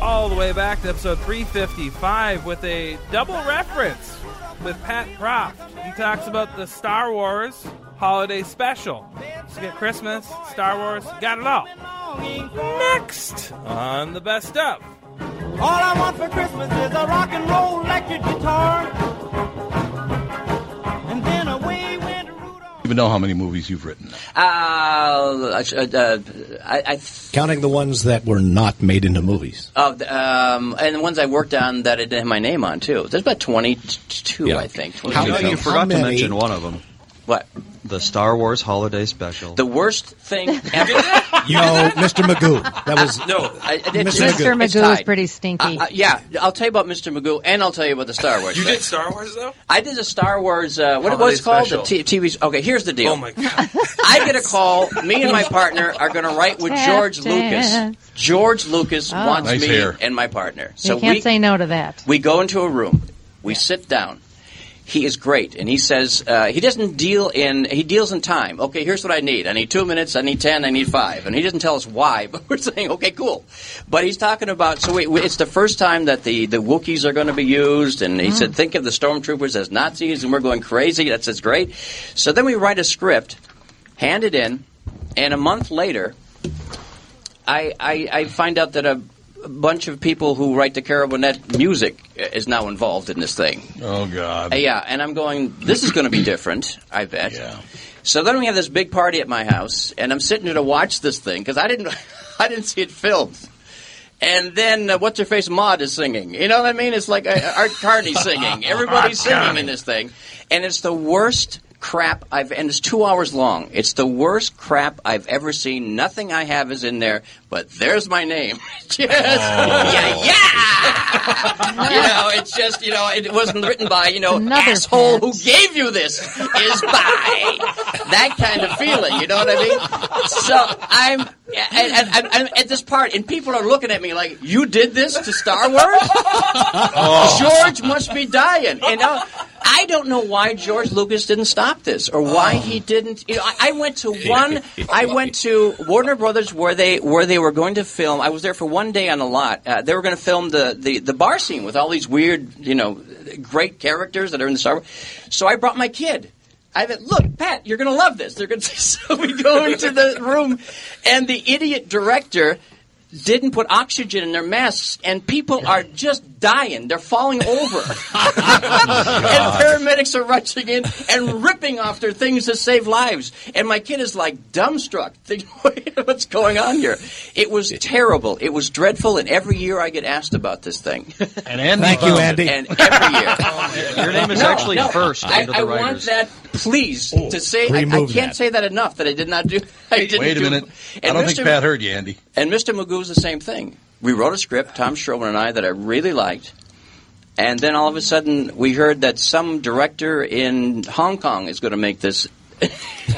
all the way back to episode 355 with a double reference with Pat Proft. He talks about the Star Wars holiday special. So you get Christmas, Star Wars, got it all. Next on the best of. All I want for Christmas is a rock and roll electric guitar. And then away went. even know how many movies you've written. Uh, uh, uh, I, I Counting the ones that were not made into movies. Oh, th- um, and the ones I worked on that I didn't have my name on too. There's about twenty-two, I think. How, 22. you, forgot to mention one of them. What? The Star Wars Holiday Special. The worst thing ever. no, Mr. Magoo. That was no, I, I did- Mr. Magoo. it's Magoo is tied. pretty Uh, uh, yeah, I'll tell you about Mr. Magoo, and I'll tell you about the Star Wars. You thing. did Star Wars though? I did a Star Wars. Uh, what it Holiday was called? special. The t- TV's. Okay, here's the deal. Oh, my god! I get a call. Me and my partner are going to write with George Lucas. Tap George Lucas Oh. wants Nice me hair. and my partner. you can't say no to that. We go into a room. We sit down. He is great, and he says uh, he doesn't deal in he deals in time. Okay, here's what I need. I need two minutes. I need ten. I need five. And he doesn't tell us why, but we're saying okay, cool. But he's talking about so wait, it's the first time that the the Wookiees are going to be used, and he said think of the stormtroopers as Nazis, and we're going crazy. That says great. So then we write a script, hand it in, and a month later, I, I, I find out that a bunch of people who write the Carabinet music is now involved in this thing. Oh God. Uh, yeah, and I'm going, this is going to be different, I bet. Yeah. So then we have this big party at my house, and I'm sitting there to watch this thing because I didn't, I didn't see it filmed. And then uh, what's her face Maud is singing. You know what I mean? It's like uh, Art Carney singing. Everybody's singing in this thing, and it's the worst crap I've. And it's two hours long. It's the worst crap I've ever seen. Nothing I have is in there, but there's my name. Yes. Yeah, yeah you know, it's just you know, it wasn't written by you know asshole who gave you this is by that kind of feeling. You know what I mean? So I'm and, and, I'm- I'm at this part, and people are looking at me like, "You did this to Star Wars? Oh. Oh. George must be dying." You know. I don't know why George Lucas didn't stop this, or why he didn't. You know, I, I went to one. I went to Warner Brothers where they where they were going to film. I was there for one day on a lot. Uh, they were going to film the, the the bar scene with all these weird, you know, great characters that are in the Star Wars. So I brought my kid. I went, look, Pat, you're going to love this. They're going to. So we go into the room, and the idiot director didn't put oxygen in their masks, and people are just dying. They're falling over. and paramedics are rushing in and ripping off their things to save lives. And my kid is like dumbstruck, thinking, "Wait, what's going on here? It was terrible. It was dreadful, and every year I get asked about this thing. And Andy Thank you, Bowman. Andy. And every year. Your name is No, actually no. first I, under the I want writers. that, please, to say, I, I can't Oh, remove that. say that enough, that I did not do. I didn't Wait a do- minute. I And don't think Mr. Pat heard you, Andy. And Mr. Magoo's the same thing. We wrote a script, Tom Sherwin and I, that I really liked. And then all of a sudden, we heard that some director in Hong Kong is going to make this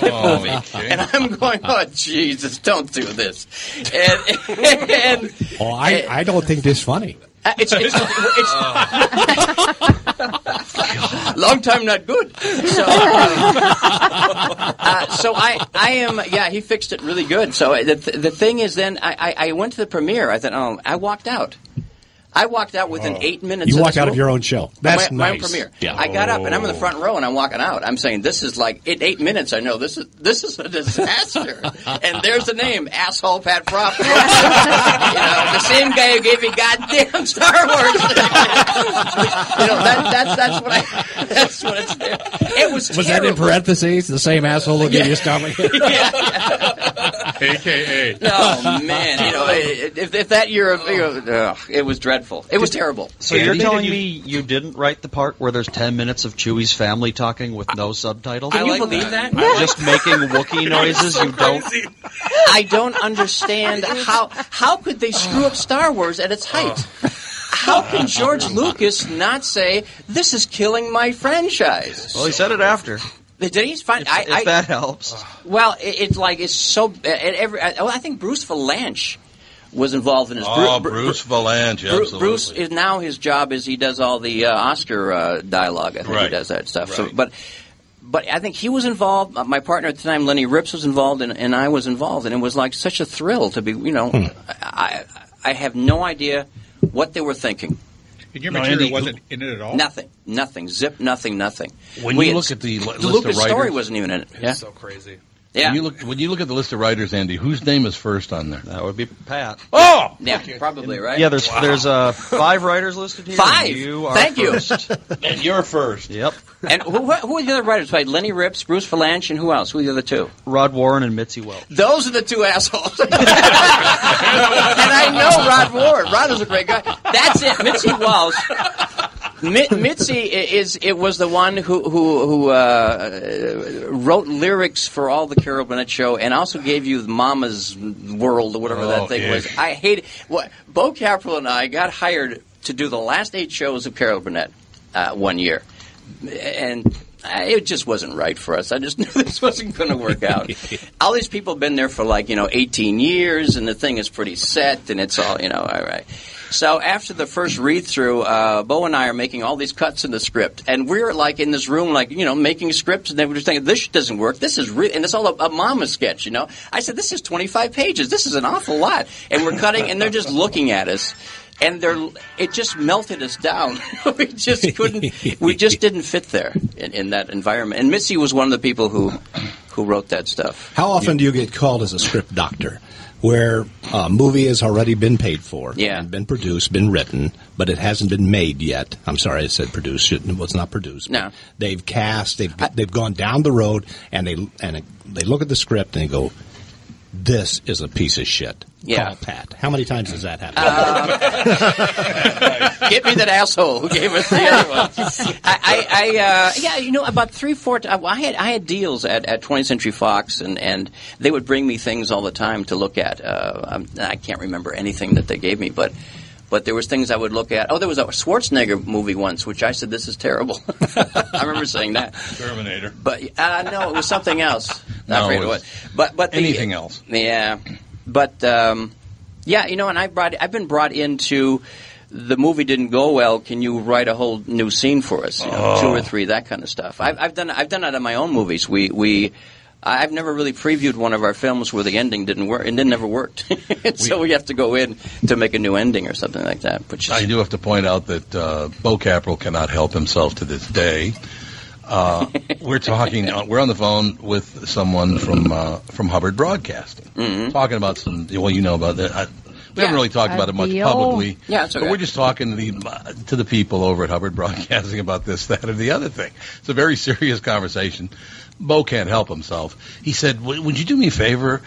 Oh, movie. And I'm going, oh, Jesus, don't do this. And, and Oh, I, I don't think this funny. uh, it's, it's, it's long time not good. So, uh, uh, so I, I am. Yeah, he fixed it really good. So the, the thing is, then I, I, I went to the premiere. I thought, oh, I walked out. I walked out within eight minutes. You of walked this out of movie. your own show. That's my, my own nice. premiere. Yeah. Oh. I got up and I'm in the front row and I'm walking out. I'm saying this is like in eight minutes. I know this is this is a disaster. and there's the name, asshole Pat Prof. you know, the same guy who gave me goddamn Star Wars. you know that, that's that's what I that's what it's there. It was Was that in terrible. parentheses? The same asshole who gave you stomach. AKA. No man, you know if, if that year of you know, ugh, it was dreadful. It was terrible. So you're telling me you didn't write the part where there's 10 minutes of Chewie's family talking with no subtitles? Can you believe that? Just making Wookiee noises you don't I don't understand how how could they screw up Star Wars at its height? How can George Lucas not say this is killing my franchise? Well, he said it after. Did he find? I, if I- that helps. Well, it, it's like it's so. At every, I, well, I think Bruce Valanche was involved in this. Ah, Oh, Bru- Bru- Bruce Valanche, Bru- absolutely. Bruce is now his job is he does all the uh, Oscar uh, dialogue. I think he Right. does that stuff. So, Right. but but I think he was involved. uh, My partner at the time, Lenny Rips, was involved, and, and I was involved, and it was like such a thrill to be. You know, Hmm. I I have no idea what they were thinking. And your No, material Andy, wasn't in it at all? Nothing, nothing, zip, nothing, nothing. When We you had- look at the li- the list of Lucas story writers- wasn't even in it. Yeah. so crazy. Yeah. When you look when you look at the list of writers, Andy, whose name is first on there? That would be Pat. Oh, yeah, probably right. Yeah, there's there's uh, five writers listed here. Five. and You are Thank you. first. and you're first. Yep. And who, who who are the other writers? Like Lenny Rips, Bruce Falange, and who else? Who are the other two? Rod Warren and Mitzi Wells. Those are the two assholes. and I know Rod Ward. Rod is a great guy. That's it. Mitzi Wells. Mi- Mitzi i- is it was the one who who, who uh, wrote lyrics for all the Carol Burnett show and also gave you Mama's World or whatever that Oh, thing yeah. was. I hate what Bo Capral and I got hired to do the last eight shows of Carol Burnett uh, one year, and uh, it just wasn't right for us. I just knew this wasn't going to work out. all these people have been there for like you know 18 years, and the thing is pretty set, and it's all you know. All right. So after the first read through, uh, Bo and I are making all these cuts in the script, and we're like in this room, like you know, making scripts, and then we're just thinking, this doesn't work. This is re-, and it's all a, a mama sketch, you know. I said, this is 25 pages. This is an awful lot, and we're cutting, and they're just looking at us. And they're, it just melted us down. we just couldn't. We just didn't fit there in, in that environment. And Mitzi was one of the people who, who wrote that stuff. How often do you get called as a script doctor, where a movie has already been paid for, Yeah. and been produced, been written, but it hasn't been made yet? I'm sorry, I said produced. It was not produced. No. They've cast. They've they've gone down the road, and they and they look at the script and they go, "This is a piece of shit." Yeah. Call Pat. How many times does that happen? Um, Get me that asshole who gave us the other one. I, I, I uh, yeah, you know, about three, four. T- I had I had deals at, at 20th Century Fox, and, and they would bring me things all the time to look at. Uh, I'm, I can't remember anything that they gave me, but. But there was things I would look at. Oh, there was a Schwarzenegger movie once, which I said this is terrible. I remember saying that. Terminator. But uh, no, it was something else. I No, forget it what. was But but the- anything else. Yeah, but um, yeah, you know, and I brought I've been brought into the movie didn't go well. Can you write a whole new scene for us? You know, two Oh. or three that kind of stuff. I've, I've done I've done that in my own movies. We we. I've never really previewed one of our films where the ending didn't work, and it never worked. so we have to go in to make a new ending or something like that. Which is, I do have to point out that uh, Bo Capral cannot help himself to this day. Uh, we're talking. uh, We're on the phone with someone from uh, from Hubbard Broadcasting, Mm-hmm. talking about some. Well, you know about that. I, we haven't really talked A about it much deal. publicly. Yeah, it's okay. but we're just talking to the to the people over at Hubbard Broadcasting about this, that, and the other thing. It's a very serious conversation. Bo can't help himself. He said, "Would would you do me a favor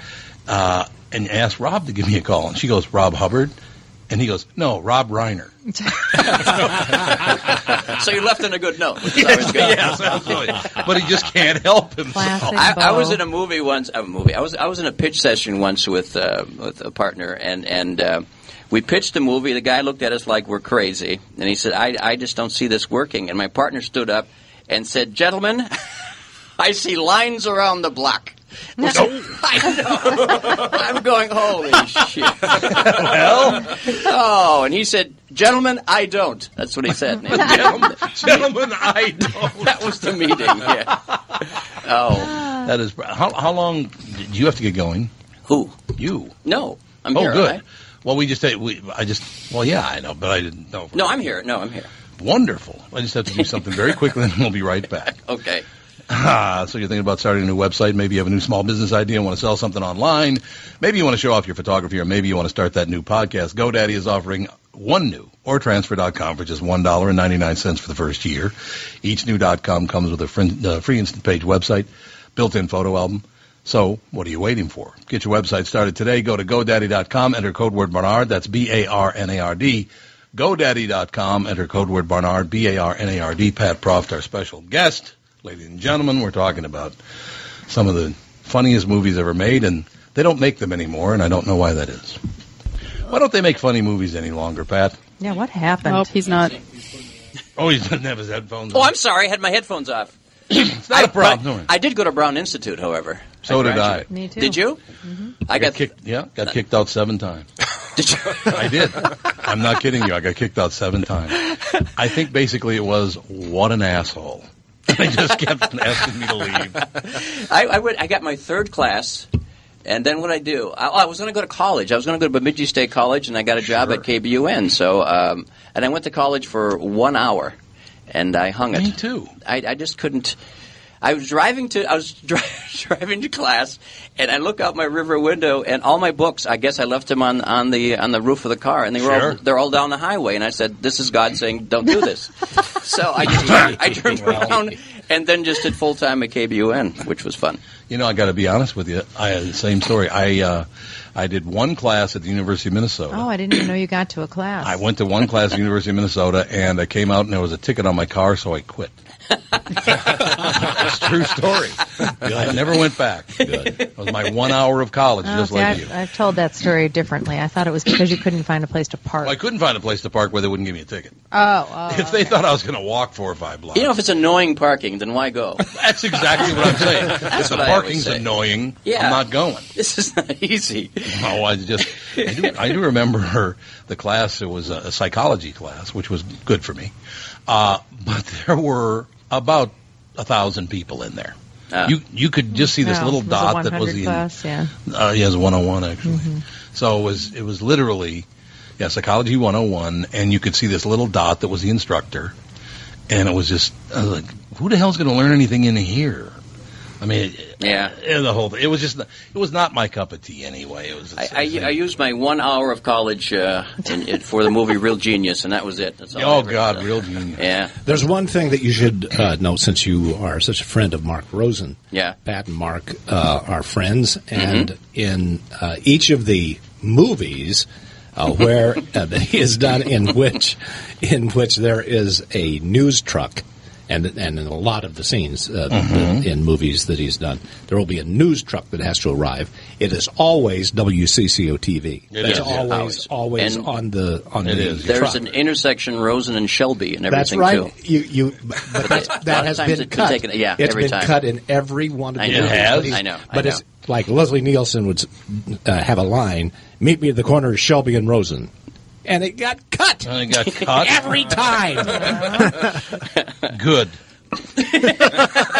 uh, and ask Rob to give me a call?" And she goes, "Rob Hubbard," and he goes, "No, Rob Reiner." so you left on a good note. Which is always good. Yes, absolutely. But he just can't help himself. I, I was in a movie once. A movie. I was I was in a pitch session once with uh, with a partner, and and uh, we pitched the movie. The guy looked at us like we're crazy, and he said, "I I just don't see this working." And my partner stood up and said, "Gentlemen, I see lines around the block." I know. I'm going, holy shit. well, oh, and he said, gentlemen, I don't. That's what he said. gentlemen, gentlemen, I don't. That was the meeting, yeah. Oh. That is how, how long do you have to get going? Who you? No, I'm oh, here, good. aren't Well, we just, we, I just, well, yeah, I know, but I didn't know. No, I'm here. No, I'm here. Wonderful. I just have to do something very quickly, and we'll be right back. Okay. Ah, so you're thinking about starting a new website. Maybe you have a new small business idea and want to sell something online. Maybe you want to show off your photography, or maybe you want to start that new podcast. GoDaddy is offering one new or transfer.com for just $1.99 for the first year. Each new .com comes with a free, uh, free instant page website, built-in photo album. So what are you waiting for? Get your website started today. Go to GoDaddy.com, enter code word Barnard. That's B-A-R-N-A-R-D. GoDaddy.com, enter code word Barnard, B-A-R-N-A-R-D. Pat Proft, our special guest. Ladies and gentlemen, we're talking about some of the funniest movies ever made, and they don't make them anymore, and I don't know why that is. Why don't they make funny movies any longer, Pat? Yeah, what happened? Nope, he's not. Oh, he doesn't have his headphones Oh, on. I'm sorry. I had my headphones off. it's not a problem. don't worry. I did go to Brown Institute, however. So did I. graduated. Did you? I got kicked. Yeah, got kicked out seven times. I did. I'm not kidding you. I got kicked out seven times. I think basically it was what an asshole. They just kept asking me to leave. I, I, went, I got my third class, and then what I do? I, I was going to go to college. I was going to go to Bemidji State College, and I got a job at KBUN. So, um, and I went to college for one hour, and I hung it. Me too. I, I just couldn't. I was driving to I was dri- driving to class, and I look out my river window, and all my books. I guess I left them on, on the on the roof of the car, and they were all, Sure. they're all down the highway. And I said, "This is God saying, don't do this." so I just turned, I turned around, and then just did full time at KBUN, which was fun. You know, I got to be honest with you. I had the same story. I uh, I did one class at the University of Minnesota. Oh, I didn't even know you got to a class. I went to one class at the University of Minnesota, and I came out, and there was a ticket on my car, so I quit. it's a true story. I never went back. It was my one hour of college, Oh, just see, like you. I've, I've told that story differently. I thought it was because you couldn't find a place to park. Well, I couldn't find a place to park where they wouldn't give me a ticket. Oh, oh. if they thought I was going to walk four or five blocks, You know, if it's annoying parking, then why go? that's exactly what I'm saying. if the what I always parking's say. annoying, Yeah. I'm not going. This is not easy. Oh, I just I do, I do remember her, the class. It was a, a psychology class, which was good for me. Uh, but there were about a thousand people in there. Ah. you you could just see this No, little it was a dot that 100 was the class, yeah. uh, yes, 101 actually. Mm-hmm. Mhm. So it was it was literally yeah, psychology 101 and you could see this little dot that was the instructor and it was just I was like who the hell's going to learn anything in here? I mean, eh, yeah, the whole it was just not- it was not my cup of tea anyway. It was I, I, I used my one hour of college uh, in, in, for the movie Real Genius, and that was it. That's all Oh, I ever- God, Real Genius. Yeah, There's one thing that you should uh, know since you are such a friend of Mark Rosen. yeah. Pat and Mark uh, are friends, and in uh, each of the movies uh, where uh, that he is done, in which in which there is a news truck, and and in a lot of the scenes uh, Mm-hmm. Mhm. in movies that he's done, there will be a news truck that has to arrive. It is always WCCO TV. It is, it's yeah. always Always. always And on the on the There's truck. an intersection, Rosen and Shelby, and That's everything right. too. You you but that's, A lot that of has times been it's been cut. taken- yeah, it's every been time. cut in every one of I the know. movies. It has? But he's- I know, I But know. it's like Leslie Nielsen would uh, have a line: "Meet me at the corner of Shelby and Rosen." And it got cut. And it got cut every time. Good.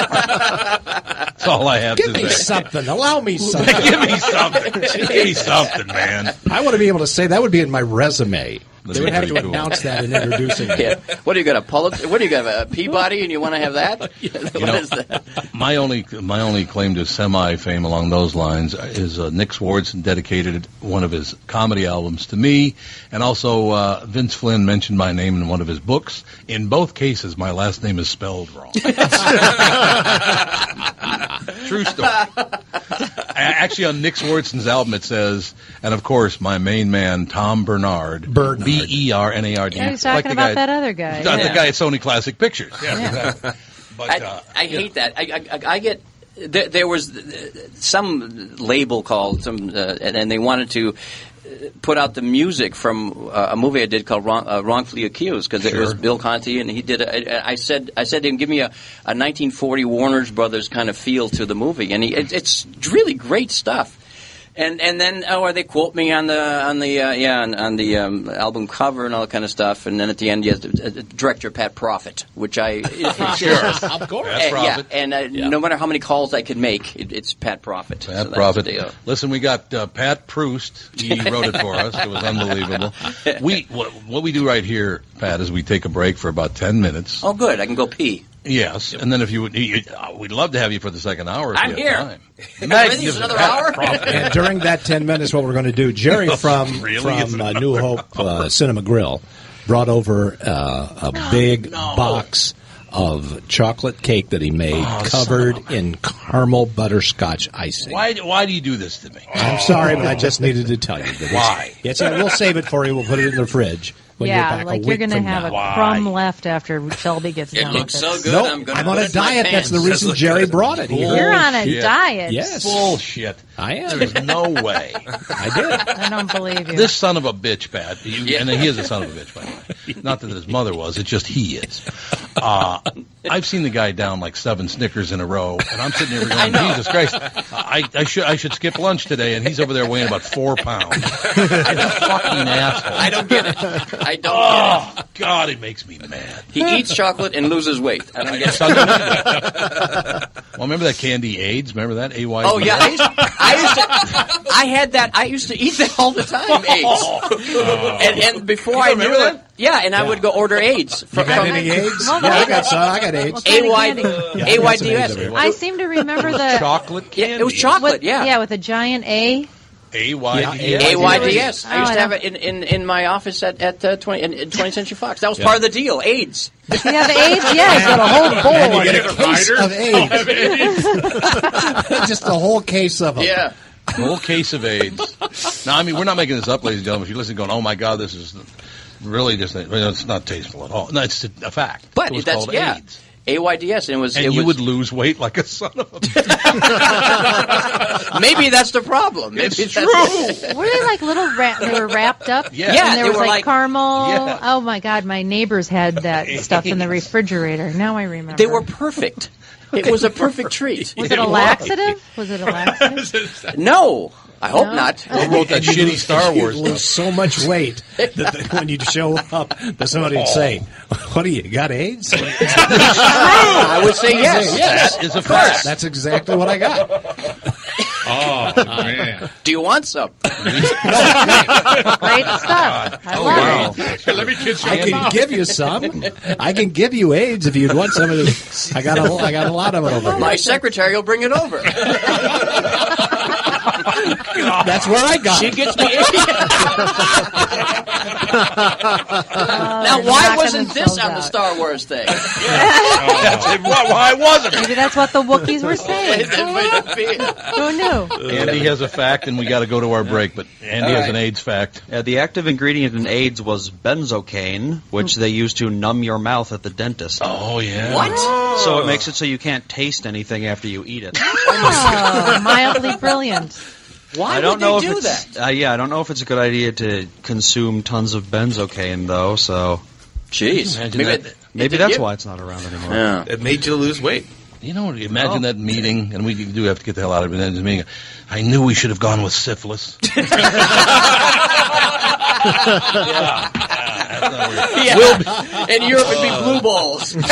That's all I have Give to me say. something. Allow me something. Give me something. Give me something, man. I want to be able to say that would be in my resume. That'd they be would have pretty to cool. announce that in introducing me. Yeah. What do you got a Pulitzer? What do you got a Peabody, and you want to have that? What is that? My only my only claim to semi fame along those lines is uh, Nick Swardson dedicated one of his comedy albums to me, and also uh, Vince Flynn mentioned my name in one of his books. In both cases, my last name is spelled wrong. True story. A- Actually, on Nick Swardson's album, it says, and of course, my main man Tom Bernard, Bernard. B E R N A R D, Yeah, he's talking about that other guy. Not Yeah. the guy at Sony Classic Pictures. Yeah. exactly. But, I, uh, I hate that. I, I- I, I get. There, there was uh, some label called some, uh, and, and they wanted to uh, put out the music from uh, a movie I did called Wrong, uh, Wrongfully Accused because it was Sure. Bill Conti, and he did. A, I, I said, I said to him, "Give me a, a 1940 Warner's Brothers kind of feel to the movie," and he, it, it's really great stuff. And and then oh, are they quote me on the on the uh, yeah on, on the um, album cover and all that kind of stuff. And then at the end, you have to, uh, director Pat Profit, which I Sure. Of course. Pat And, yeah, Profitt. and uh, no matter how many calls I could make, it, it's Pat Profit. Pat Profit. Listen, we got uh, Pat Proust. He wrote it for us. It was unbelievable. We what, what we do right here, Pat, is we take a break for about ten minutes. Oh, good. I can go pee. Yes, and then if you would, you, uh, we'd love to have you for the second hour. If I'm you here. Have time. Really? It's another hour? and during that 10 minutes, what we're going to do, Jerry from, Really? It's from uh, New Hope uh, Cinema Grill brought over uh, a big box of chocolate cake that he made Oh, son covered in caramel butterscotch icing. Why why do you do this to me? I'm sorry, but I just needed to tell you. That it's- Oh. Why? Yes, yeah, we'll save it for you. We'll put it in the fridge when yeah, you're back like a you're week going to from have now. a crumb left after Shelby gets done. with it. Nope, on a diet. That's the reason Jerry brought it here. You're on a diet. Yes. Bullshit. I am. There's no way. I did. I don't believe you. This son of a bitch, Pat. You, And he is a son of a bitch, by the way. Not that his mother was. It's just he is. Uh, I've seen the guy down like seven Snickers in a row, and I'm sitting there going, "Jesus Christ, I, I should I should skip lunch today." And he's over there weighing about four pounds. He's a fucking asshole. I don't get it. I don't. Oh God, it makes me mad. He eats chocolate and loses weight. I don't get Son of it. a- well, remember that candy AIDS? Remember that AY? Oh yeah, I used, I used to. I had that. I used to eat that all the time. AIDS. and, and before I knew Oh. remember it, yeah, and I would go order AIDS. From, got from- any AIDS? Yeah, I got some. I got AIDS. AY, Yeah, I got some AIDS over AYDS. here. I seem to remember the chocolate candy. it was chocolate. With, yeah. yeah, with a giant A. AYDS. AYDS. I used Oh, to have yeah. it in, in, in my office at, at uh, 20, in- in 20th Century Fox. That was Yeah. part of the deal, AIDS. Yeah, the AIDS. Yeah, he's got a whole bowl. And you get You're a the case writer? of AIDS. Just a whole case of them. Yeah. whole case of AIDS. Now, I mean, we're not making this up, ladies and gentlemen. If you listen, going, "Oh my God, this is really just you know, it's not tasteful at all." No, it's a, a fact. But it was that's, called yeah. AIDS, AYDS. And it was, and it you was would lose weight like a son of a. maybe that's the problem. Maybe It's that's Were they like little wrap? They were wrapped up. Yeah. and Yeah, there they was were like, like- caramel. Yeah. Oh my god, my neighbors had that stuff in the refrigerator. Now I remember. They were perfect. It was a perfect treat. Was it a laxative? Was it a laxative? No, I hope not. Who wrote that shitty Star Wars You lose so much weight that the, when you show up, that somebody Oh. would say, "What do you got AIDS?" I would say yes. Yes, that is a of course. fact. That's exactly what I got. Oh man! Do you want some? Great stuff. I love it. Let me kiss I can give you some. I can give you AIDS if you'd want some of this. I got a, I got a lot of it over My here. secretary will bring it over. That's where I got She it. gets me. Oh, now, why knocking wasn't this themselves on the out. Star Wars thing? Why wasn't? Maybe that's what the Wookiees were saying. Who knew? Andy has a fact, and we got to go to our break. But Andy All has right. an AIDS fact. Uh, the active ingredient in AIDS was benzocaine, which they use to numb your mouth at the dentist. Oh yeah. What? So it makes it so you can't taste anything after you eat it. Oh, mildly brilliant. Why I don't would know they if do it's, that. Uh, yeah, I don't know if it's a good idea to consume tons of benzocaine though. So, jeez, maybe, Maybe that- it- it maybe did that's you- why it's not around anymore. It made you lose weight. You know, imagine that meeting, and we do have to get the hell out of it. and the meeting, I knew we should have gone with syphilis. yeah. Yeah. We'll Uh, In Europe, it'd be blue balls. Oh,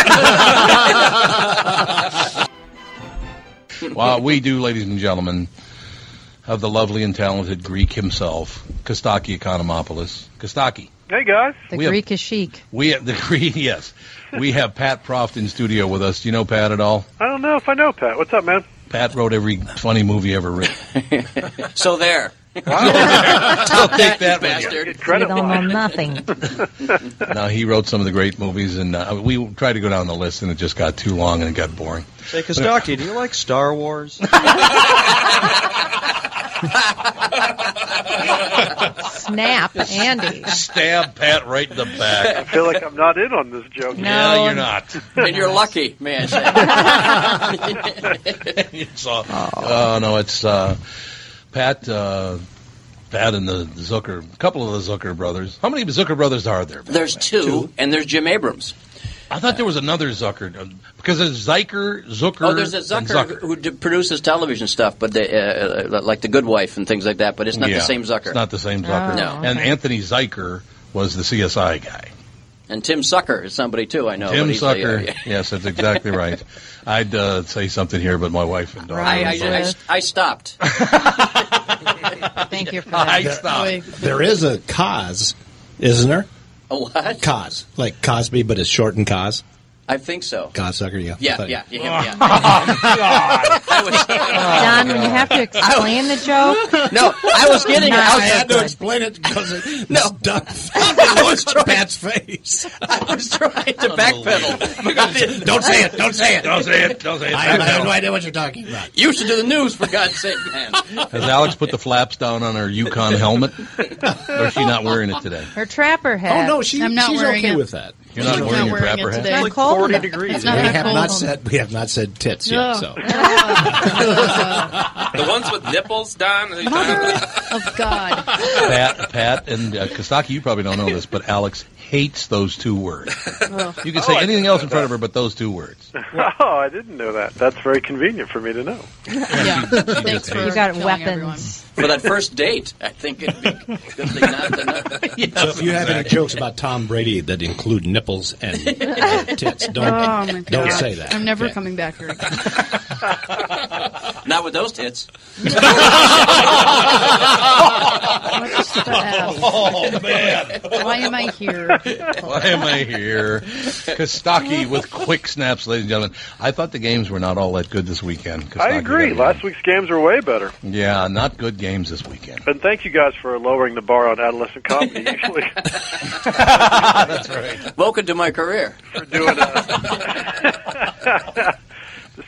Well, we do, ladies and gentlemen, have the lovely and talented Greek himself, Kostaki Economopoulos. Kostaki. Hey guys. The We have- Greek is chic. We have the Greek, yes. We have Pat Proft in studio with us. Do you know Pat at all? I don't know if I know Pat. What's up, man? Pat wrote every funny movie ever written. so there. I'll take that with you. bastard. You don't know nothing. No, he wrote some of the great movies, and uh, we tried to go down the list, and it just got too long and it got boring. Say, Kostaki, do you like Star Wars? Snap, Andy. Stab Pat right in the I back. feel like I'm not in on this joke. Yeah, you're not. And you're lucky, man. It's, uh, uh, no, it's uh, Pat. Uh, Pat and the Zucker, a couple of the Zucker brothers. How many Zucker brothers are there? There's two, and there's Jim Abrams. I thought there was another Zucker uh, because there's Zucker, Zucker. Oh, there's a and Zucker, who d- produces television stuff, but they, uh, uh, like The Good Wife and things like that. But it's not Yeah, the same Zucker. It's not the same Zucker. No. And Anthony Zucker was the CSI guy. And Tim Sucker is somebody too. I know. Tim but he's a- Zucker. yes, that's exactly right. I'd uh, say something here, but my wife and daughter. I, I, I, I stopped. Thank you for that. I stopped. There is a cause, isn't there? A what? Cause, like Cosby, but it's shortened cause. I think so. Godsucker, yeah. I Yeah, thought- yeah, yeah, yeah. Don, when you have to explain the joke, no, I was getting it. I was- had to explain it because it no. I was trying, Pat's face. I was trying to backpedal. but I didn't. Don't say it. Don't say it. Don't say it. Don't say it. I, have- I have no idea what you're talking about. You should do the news for God's sake, man. Has Alex put the flaps down on her Yukon helmet? or is she not wearing it today? her trapper hat. Oh no, she, I'm not she's wearing okay it. with that. You're not wearing your wrapper hat. It's not cold enough. It's not we that have cold not enough. said we have not said tits yet. No. So The ones with nipples, Don. Are you talking about? Of God. Pat, Pat, and uh, Kostaki, you probably don't know this, but Alex hates those two words. You can say Oh, I anything else in front of her, but those two words. oh, I didn't know that. That's very convenient for me to know. Thanks You got weapons. For that first date, I think it'd be good thing not to know. So if you have any jokes about Tom Brady that include nipples and uh, tits, don't Oh, my God. don't say that. I'm never coming back here again. Not with those tits. Oh, man. Why am I here? Why am I here? Kostaki with quick snaps, ladies and gentlemen. I thought the games were not all that good this weekend. I Kostaki agree. got Last week's games were way better. it. Yeah, not good games this weekend. And thank you guys for lowering the bar on adolescent comedy. Usually, That's right. Welcome to my career. uh, the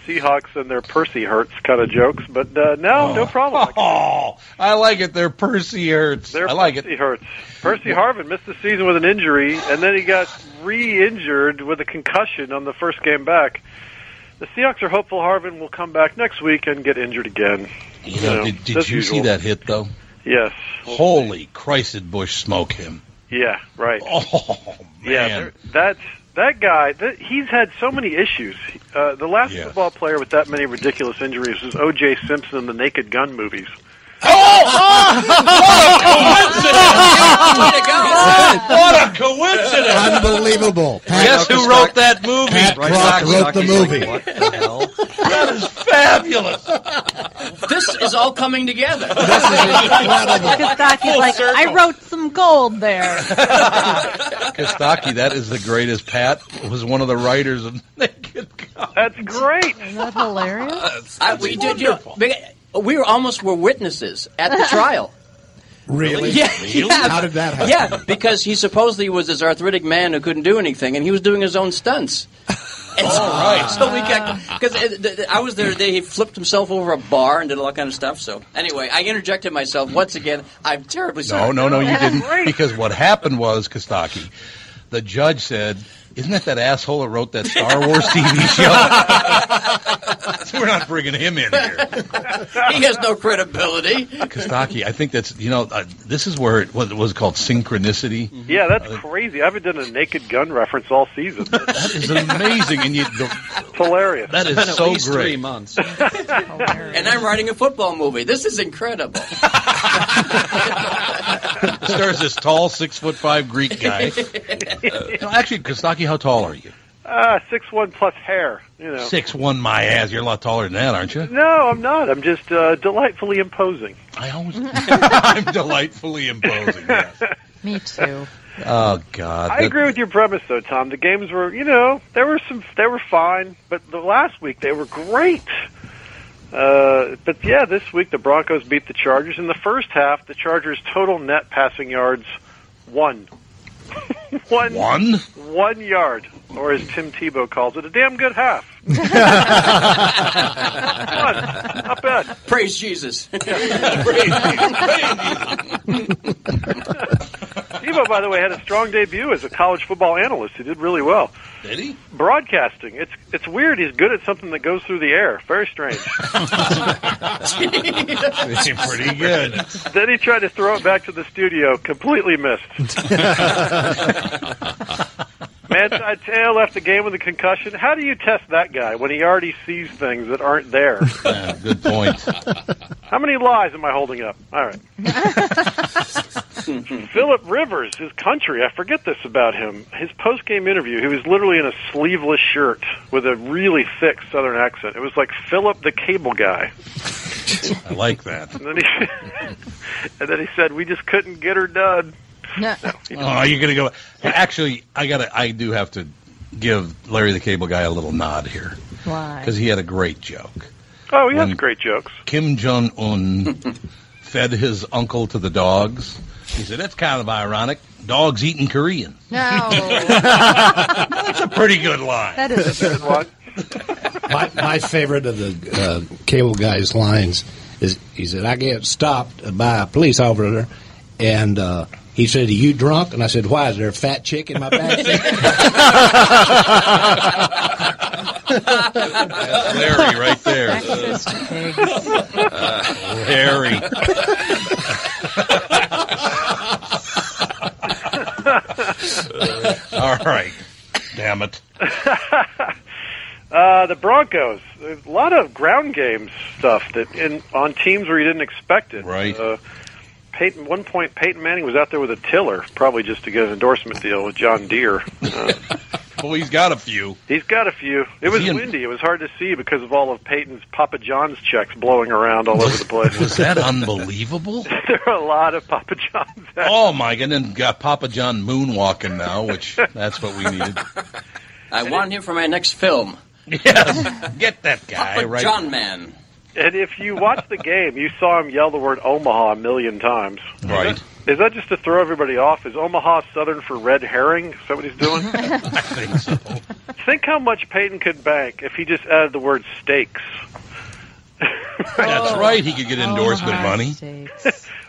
Seahawks and their Percy Hurts kind of jokes, but uh, no, no problem. Oh, I like it. They're Percy Hurts. I like Percy Hurts. Percy Harvin missed the season with an injury, and then he got re-injured with a concussion on the first game back. The Seahawks are hopeful Harvin will come back next week and get injured again. it. You know, know, did did as you see usual. that hit, though? Yes. Holy Christ, did Bush smoke him? Yeah, right. Oh yeah, man. there- that's that guy. That, he's had so many issues. Uh, the last Yes. football player with that many ridiculous injuries was O.J. Simpson in the Naked Gun movies. Oh, What a coincidence! Unbelievable. Guess who wrote that movie? Pat Rock wrote the movie. That is fabulous. This is all coming together. Kostaki's like, I wrote some gold there. Kostaki, that is the greatest. Pat was one of the writers of. That's great. Isn't that hilarious? I, we did. You know, we were almost were witnesses at the trial. Really? Yeah, Really? yeah. How did that happen? Yeah, because he supposedly was this arthritic man who couldn't do anything, and he was doing his own stunts. And so, so we got because I was there. the day He flipped himself over a bar and did all kind of stuff. So anyway, I interjected myself once again. I'm terribly No, sorry. no, no, you didn't. Because what happened was Kostaki, the judge said, "Isn't that that asshole that wrote that Star Wars TV show?" so we're not bringing him in here. he has no credibility. Kostaki, I think that's you know uh, this is where it was, was called synchronicity. Mm-hmm. Yeah, that's crazy. I haven't done a Naked Gun reference all season. that is amazing, and you, the, hilarious. That is so great. months. And I'm writing a football movie. This is incredible. There's this tall six foot five Greek guy. No, actually, Kostaki, how tall are you? Uh, six one plus hair. You know. Six one, my ass. You're a lot taller than that, aren't you? No, I'm not. I'm just uh, delightfully imposing. I always. I'm delightfully imposing. Yes. Me too. Oh Uh, God. I agree with your premise, though, Tom. The games were, you know, there were some, they were fine, but the last week they were great. Uh, but yeah, this week the Broncos beat the Chargers. In the first half, the Chargers' total net passing yards one. one. One? One yard, or as Tim Tebow calls it, a damn good half. One. Not bad. Praise Jesus. Tebow, by the way, had a strong debut as a college football analyst. He did really well. Did he? Broadcasting. It's it's weird. He's good at something that goes through the air. Very strange. It's pretty good. then he tried to throw it back to the studio. Completely missed. Manside Tail left the game with a concussion. How do you test that guy when he already sees things that aren't there? Good point. How many lies am I holding up? All right. Philip Rivers, his country, I forget this about him. His post game interview, he was literally in a sleeveless shirt with a really thick southern accent. It was like Philip the Cable Guy. I like that. And then he, and then he said, We just couldn't get her done. Oh, you're gonna go. Actually, I gotta. I do have to give Larry the Cable Guy a little nod here Why? because he had a great joke. Oh, he has great jokes. Kim Jong Un fed his uncle to the dogs. He said that's kind of ironic. Dogs eating Koreans. that's a pretty good line. That is a good one. my, my favorite of the uh, cable guy's lines is he said, I get stopped by a police officer, and uh, he said, Are you drunk? And I said, Why? Is there a fat chick in my back? That's Larry right there. Uh, Larry. Uh, All right. Damn it. Uh, the Broncos, a lot of ground game stuff that in on teams where you didn't expect it. Right. Uh, Peyton, one point, Peyton Manning was out there with a tiller, probably just to get an endorsement deal with John Deere. Uh, Well, he's got a few. he's got a few. It was windy. It was hard to see because of all of Peyton's Papa John's checks blowing around all over the place. Was that unbelievable? there are a lot of Papa John's. Oh my! And then got Papa John moonwalking now, which that's what we needed. I want him for my next film. Yes, get that guy Papa right. John Man. And if you watch the game, you saw him yell the word Omaha a million times. Right. Is that just to throw everybody off? Is Omaha Southern for red herring? Is that what he's doing? I think so. Think how much Peyton could bank if he just added the word steaks. Oh. That's right. He could get endorsement money.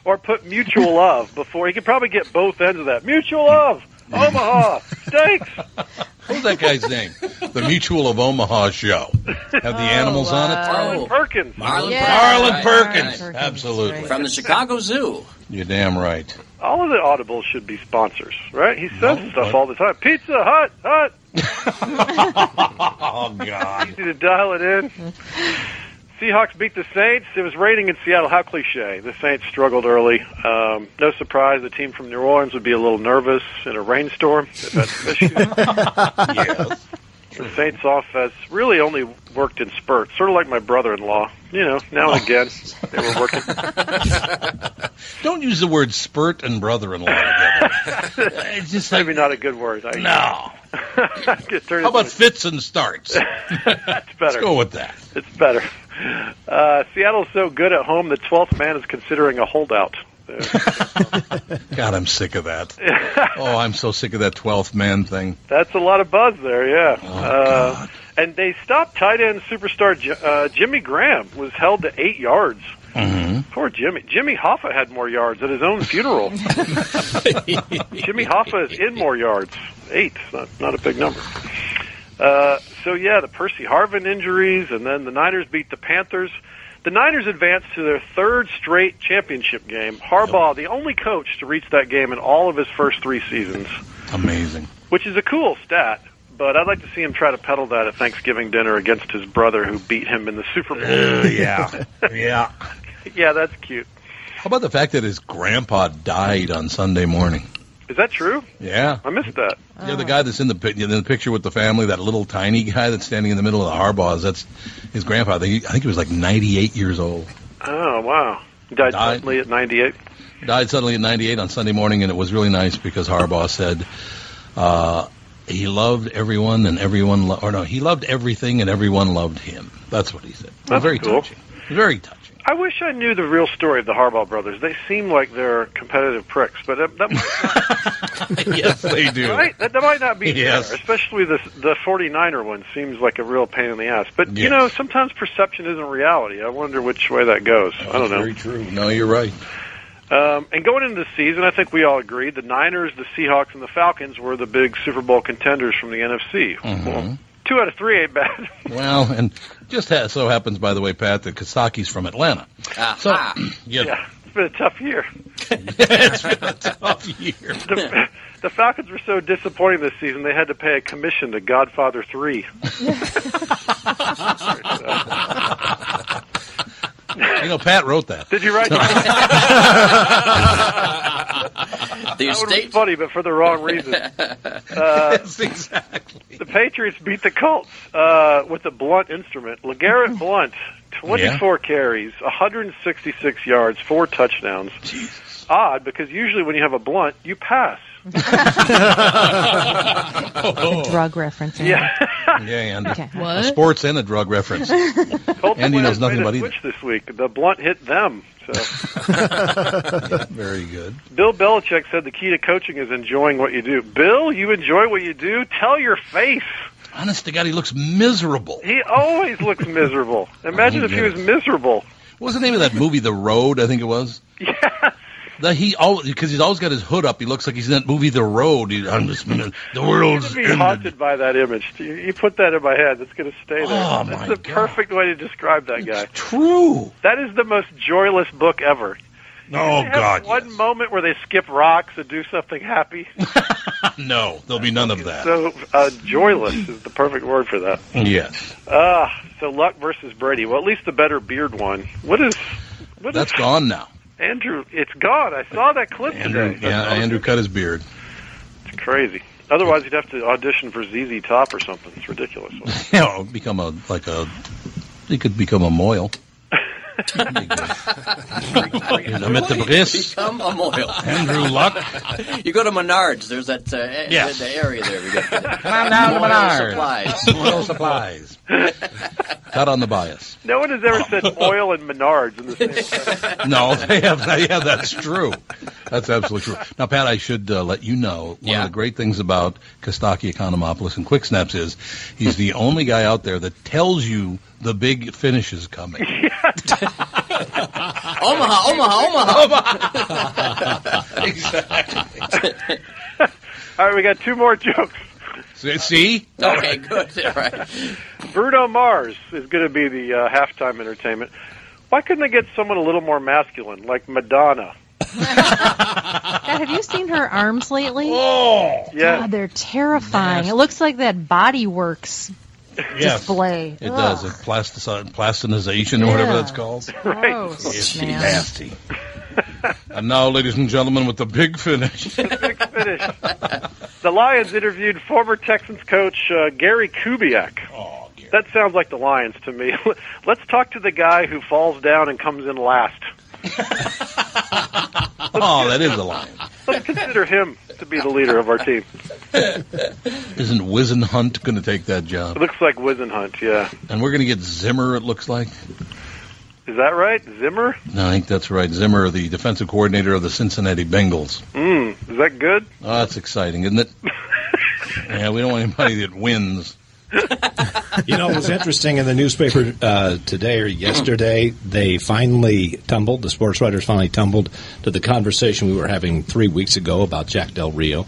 or put mutual love before. He could probably get both ends of that. Mutual love, Omaha, steaks. What was that guy's name? The Mutual of Omaha show. Have the animals on it? Oh, Marlon Perkins. Marlon Marlon Perkins. Absolutely. From the Chicago Zoo. You're damn right. All of the audibles should be sponsors, right? He says stuff all the time. Pizza Hut, Hut. Oh God. Easy to dial it in. Seahawks beat the Saints. It was raining in Seattle. How cliche. The Saints struggled early. Um, no surprise. The team from New Orleans would be a little nervous in a rainstorm. If that's an issue. The Saints offense really only worked in spurts, sort of like my brother-in-law. You know, now and again they were working. Don't use the word spurt and brother-in-law together. it's just maybe not a good word. I, no. How about fits and starts? That's better. Let's go with that. It's better. Uh, Seattle's so good at home. The twelfth man is considering a holdout. God, I'm sick of that. Oh, I'm so sick of that 12th man thing. That's a lot of buzz there, yeah. Oh, uh, and they stopped tight end superstar J- uh, Jimmy Graham was held to eight yards. Poor Jimmy. Jimmy Hoffa had more yards at his own funeral. Jimmy Hoffa is in more yards. Eight, not, not a big number. Uh, so yeah, the Percy Harvin injuries, and then the Niners beat the Panthers. The Niners advanced to their third straight championship game. Harbaugh, the only coach to reach that game in all of his first three seasons Amazing. which is a cool stat. But I'd like to see him try to peddle that at Thanksgiving dinner against his brother who beat him in the Super Bowl. Uh, yeah. yeah. yeah, that's cute. How about the fact that his grandpa died on Sunday morning? Is that true? Yeah. I missed that. Yeah, the guy that's in the pic- in the picture with the family, that little tiny guy that's standing in the middle of the Harbaughs, that's his grandfather. He, I think he was like 98 years old. Oh, wow. He died suddenly at 98. Died suddenly at 98 on Sunday morning, and it was really nice because Harbaugh said uh, he loved everyone and everyone, lo- or no, he loved everything and everyone loved him. That's what he said. It was That's very cool. touching. Very touching. I wish I knew the real story of the Harbaugh brothers. They seem like they're competitive pricks, but that, that yes, they do. Right? That, that might not be Yes. fair, especially the the 49er one seems like a real pain in the ass. But you Yes. know, sometimes perception isn't reality. I wonder which way that goes. I don't know. Very true. No, you're right. Um, and going into the season, I think we all agreed the Niners, the Seahawks, and the Falcons were the big Super Bowl contenders from the NFC. Mhm. Two out of three ain't bad. Well, and just ha- so happens, by the way, Pat, that Kasaki's from Atlanta. So, you know, It's been a tough year. it's been a tough year. The, the Falcons were so disappointing this season; they had to pay a commission to Godfather Three. You know, Pat wrote that. Did you write that? that would be funny, but for the wrong reason. Uh, exactly. The Patriots beat the Colts uh, with a blunt instrument. Hmm. LeGarrette Blunt, 24 carries, 166 yards, four touchdowns. Odd, because usually when you have a blunt, you pass. The drug reference. in Yeah. there. Yeah, Andy. Okay. A What? sports and a drug reference. Colts Andy knows players nothing made about a either. switch this week. The blunt hit them. So. Yeah, very good. Bill Belichick said the key to coaching is enjoying what you do. Bill, you enjoy what you do. Tell your face. Honest to God, he looks miserable. He always looks miserable. Imagine if he was miserable. What was the name of that movie? The Road, I think it was. Yes. That he always because he's always got his hood up. He looks like he's in that movie, The Road. He, I'm just the world's I'm gonna be ended. haunted by that image. You- You put that in my head. That's going to stay there. Oh, That's my the perfect way to describe that guy. true. That is the most joyless book ever. Oh They have God, One moment where they skip rocks and do something happy. no, there'll be none of that. So uh, joyless is the perfect word for that. yes, Uh, so Luck versus Brady. Well, at least the better beard one. What is what that's is- gone now. Andrew? It's gone. I saw that clip Andrew, today. yeah, Andrew cut his beard. It's crazy. Otherwise, you'd have to audition for ZZ Top or something. It's ridiculous. You know, become a like a. He could become a moil. I'm at the bris. Become a moil. Andrew Luck. You go to Menards. There's that uh, Yes. the, the area there. We got Come on down to Moil Menards. supplies. Moil supplies. Cut on the bias. No one has ever said oil and Menards in the same No, they have, yeah, that's true. That's absolutely true. Now, Pat, I should uh, let you know one of the great things about Kostaki Economopoulos and Quick Snaps is he's the only guy out there that tells you the big finish is coming. Omaha, Omaha, Omaha, Omaha. exactly. All right, we got two more jokes. See? Okay, good. All right. Bruno Mars is going to be the uh, halftime entertainment. Why couldn't they get someone a little more masculine, like Madonna? God, have you seen her arms lately? Oh, Yeah. God, they're terrifying. It looks like that Body Works Yes. display. It does. It plasticize, plastinization, or whatever Yeah. that's called. Gross, It's man. nasty. and now, ladies and gentlemen, with the big finish. Finish. the Lions interviewed former Texans coach uh, Gary Kubiak. That sounds like the Lions to me. Let's talk to the guy who falls down and comes in last. Oh, that is a lion. Let's consider him to be the leader of our team. Isn't Wizen Hunt going to take that It job? looks like Wizenhunt, yeah. And we're going to get Zimmer, it looks like. Is that right? Zimmer? No, I think that's right. Zimmer, the defensive coordinator of the Cincinnati Bengals. Mm, is that good? Oh, that's exciting, isn't it? yeah, we don't want anybody that wins. You know, it was interesting in the newspaper uh, today or yesterday. They finally tumbled. The sports writers finally tumbled to the conversation we were having three weeks ago about Jack Del Rio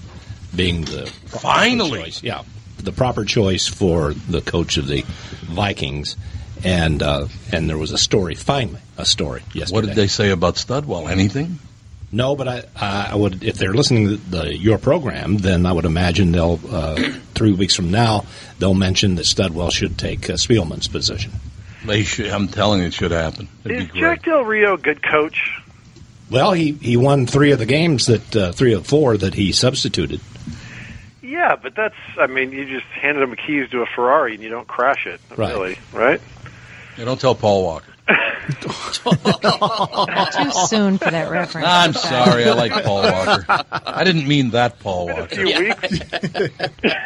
being the proper Finally. choice. yeah, the proper choice for the coach of the Vikings. And uh, and there was a story finally a story yesterday. What did they say about Studwell? Anything? No, but I, I I would if they're listening to the, your program, then I would imagine they'll uh, three weeks from now they'll mention that Studwell should take uh, Spielman's position. They should, I'm telling you, it should happen. Is Jack Del Rio a good coach? Well, he, he won three of the games that uh, three of four that he substituted. Yeah, but that's, I mean, you just handed him keys to a Ferrari and you don't crash it, Right. really, right? Yeah, don't tell Paul Walker. Too soon for that reference. I'm sorry. I like Paul Walker. I didn't mean that Paul Walker. few weeks.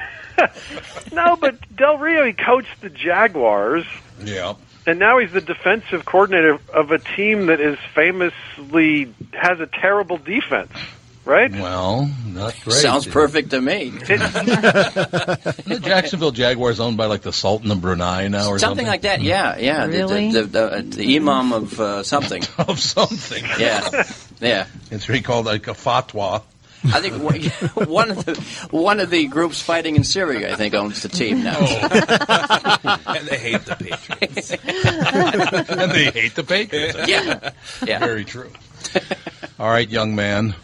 no, but Del Rio, he coached the Jaguars, Yeah. and now he's the defensive coordinator of a team that is famously has a terrible defense, right? Well, not great. Sounds perfect to me. Isn't the Jacksonville Jaguars owned by like the Sultan of Brunei now or something, something? like that. Yeah, yeah. The- Really? The, the, the, the imam of uh, something. of something. Yeah, yeah. It's recalled like a fatwa. I think one- one of the one of the groups fighting in Syria, I think, owns the team now. Oh. and they hate the Patriots. and they hate the Patriots. Yeah. Yeah. Very true. All right, young man.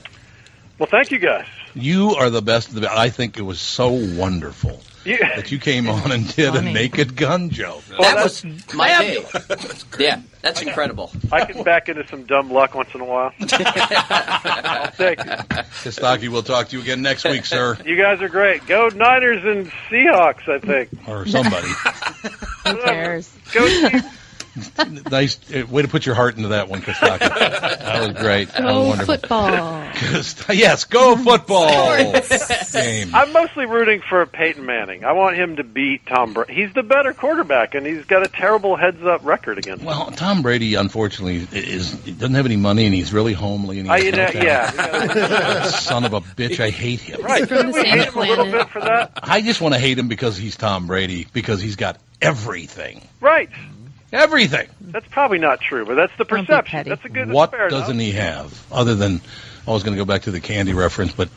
Well, thank you guys. You are the best of the best. I think it was so wonderful Yeah. that you came on and did a naked gun joke. Well, that's, My day. yeah, that's incredible. I can back into some dumb luck once in a while. I'll take it. Kostaki, we'll talk to you again next week, sir. You guys are great. Go Niners and Seahawks, I think. Or somebody. Who cares? Go Chiefs. nice uh, way to put your heart into that one, Kostaki. That was great. That was wonderful. football. Kost- yes, go football Oh, game. I'm mostly rooting for Peyton Manning. I want him to beat Tom Brady. He's the better quarterback, and he's got a terrible heads-up record against him. Well, Tom Brady, unfortunately, is doesn't have any money, and he's really homely. And I, you he's know, yeah. son of a bitch, I hate him. Right. Didn't we hate him a little bit for that? I just want to hate him because he's Tom Brady because he's got everything. Right. Everything. That's probably not true, but that's the perception. That's a good. what that's fair enough. doesn't he have other than I was going to go back to the candy reference, but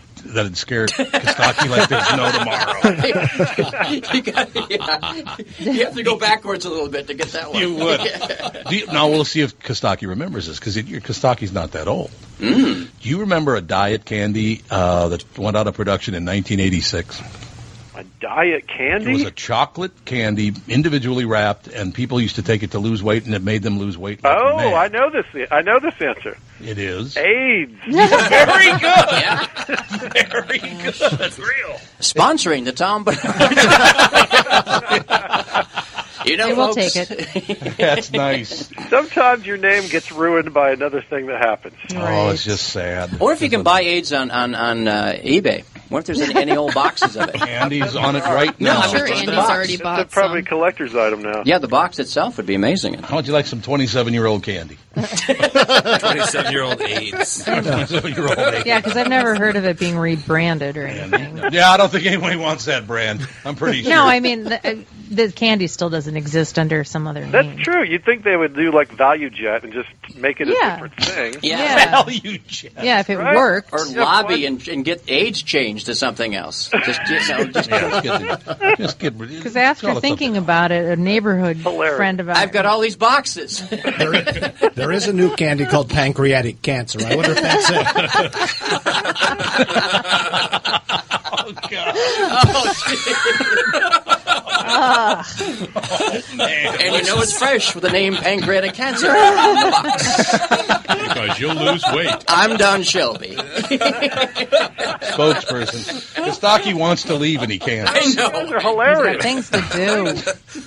that'd scare Kostaki like there's no tomorrow. you, got, yeah. you have to go backwards a little bit to get that one. You would. Do you, now we'll see if Kostaki remembers this because Kostaki's not that old. Mm. Do you remember a diet candy uh, that went out of production in 1986? Diet It was candy. a chocolate candy, individually wrapped, and people used to take it to lose weight, and it made them lose Uh, weight. like oh, mad. I know this. I know this answer. It is. AIDS. Very good. Very good. real. Sponsoring the Tom Bernard. you know, They will folks, take it. That's nice. Sometimes your name gets ruined by another thing that happens. Oh, it's just sad. Or if you can buy AIDS on on on uh, eBay. What if there's any, any old boxes of it? Andy's on it right No, now. I'm sure Just the Andy's box. already bought It's probably a collector's item now. Yeah, the box itself would be amazing. How would you like some 27 year old candy? 27 year old AIDS. 27 year old AIDS. Yeah, because I've never heard of it being rebranded or anything. Yeah, I don't think anybody wants that brand. I'm pretty sure. No, I mean the, uh, the candy still doesn't exist under some other name. That's true. You'd think they would do like value jet and just make it Yeah. a different thing. Yeah. Value jet. Yeah, if it Right? worked. Or lobby and, and get AIDS changed to something else. Just, you know, just, just get rid Because after thinking about it, a neighborhood friend of ours. I've got all these boxes. There is a new candy called pancreatic cancer. I wonder if that's it. oh, and you know it's fresh with the name pancreatic cancer on the box. Because you'll lose weight. I'm Don Shelby. Spokesperson. Kostaki wants to leave and he can't. They're hilarious. things to do.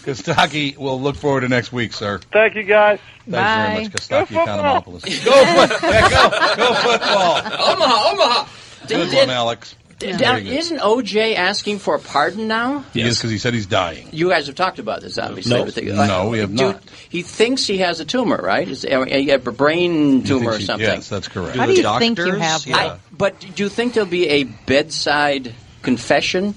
Kostaki, we'll look forward to next week, sir. Thank you, guys. Thanks very much, Kostaki Go football. Economopoulos. Go, foot- yeah, go, go football. Omaha, Omaha. Good Did- one, Alex. did- Very down- good. isn't OJ asking for a pardon now? He is because he said he's dying. You guys have talked about this, obviously. No. but they- No, we have Do- not. He thinks he has a tumor, right? Is, uh, a, a brain tumor or he- something. yes, that's correct. Do How the do you think you doctors- have I- one? but do you think there'll be a bedside confession?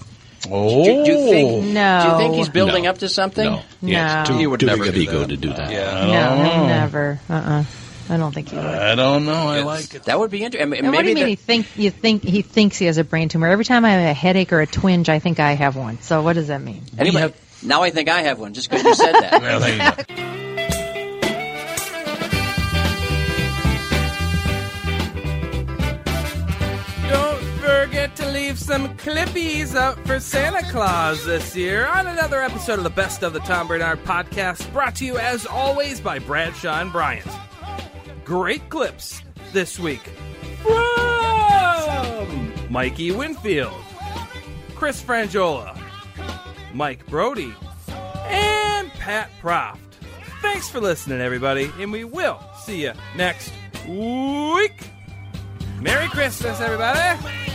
Oh, do, do you think? No. Do you think he's building up to something? No. Yes, No. too- He too big do of that. ego to do that. Yeah. No, Oh. no, never. Uh-uh. I don't think he would. I don't know. I like it. That would be interesting. And what do you mean he think you think he thinks he has a brain tumor? Every time I have a headache or a twinge, I think I have one. So what does that mean? Anybody, now I think I have one just because you said that. Well, there you go. Don't forget to leave some clippies up for Santa Claus this year on another episode of the Best of the Tom Bernard podcast, brought to you as always by Bradshaw and Bryant. Great clips this week from Mikey Winfield, Chris Frangiola, Mike Brody, and Pat Proft. Thanks for listening, everybody, and we will see you next week. Merry Christmas, everybody!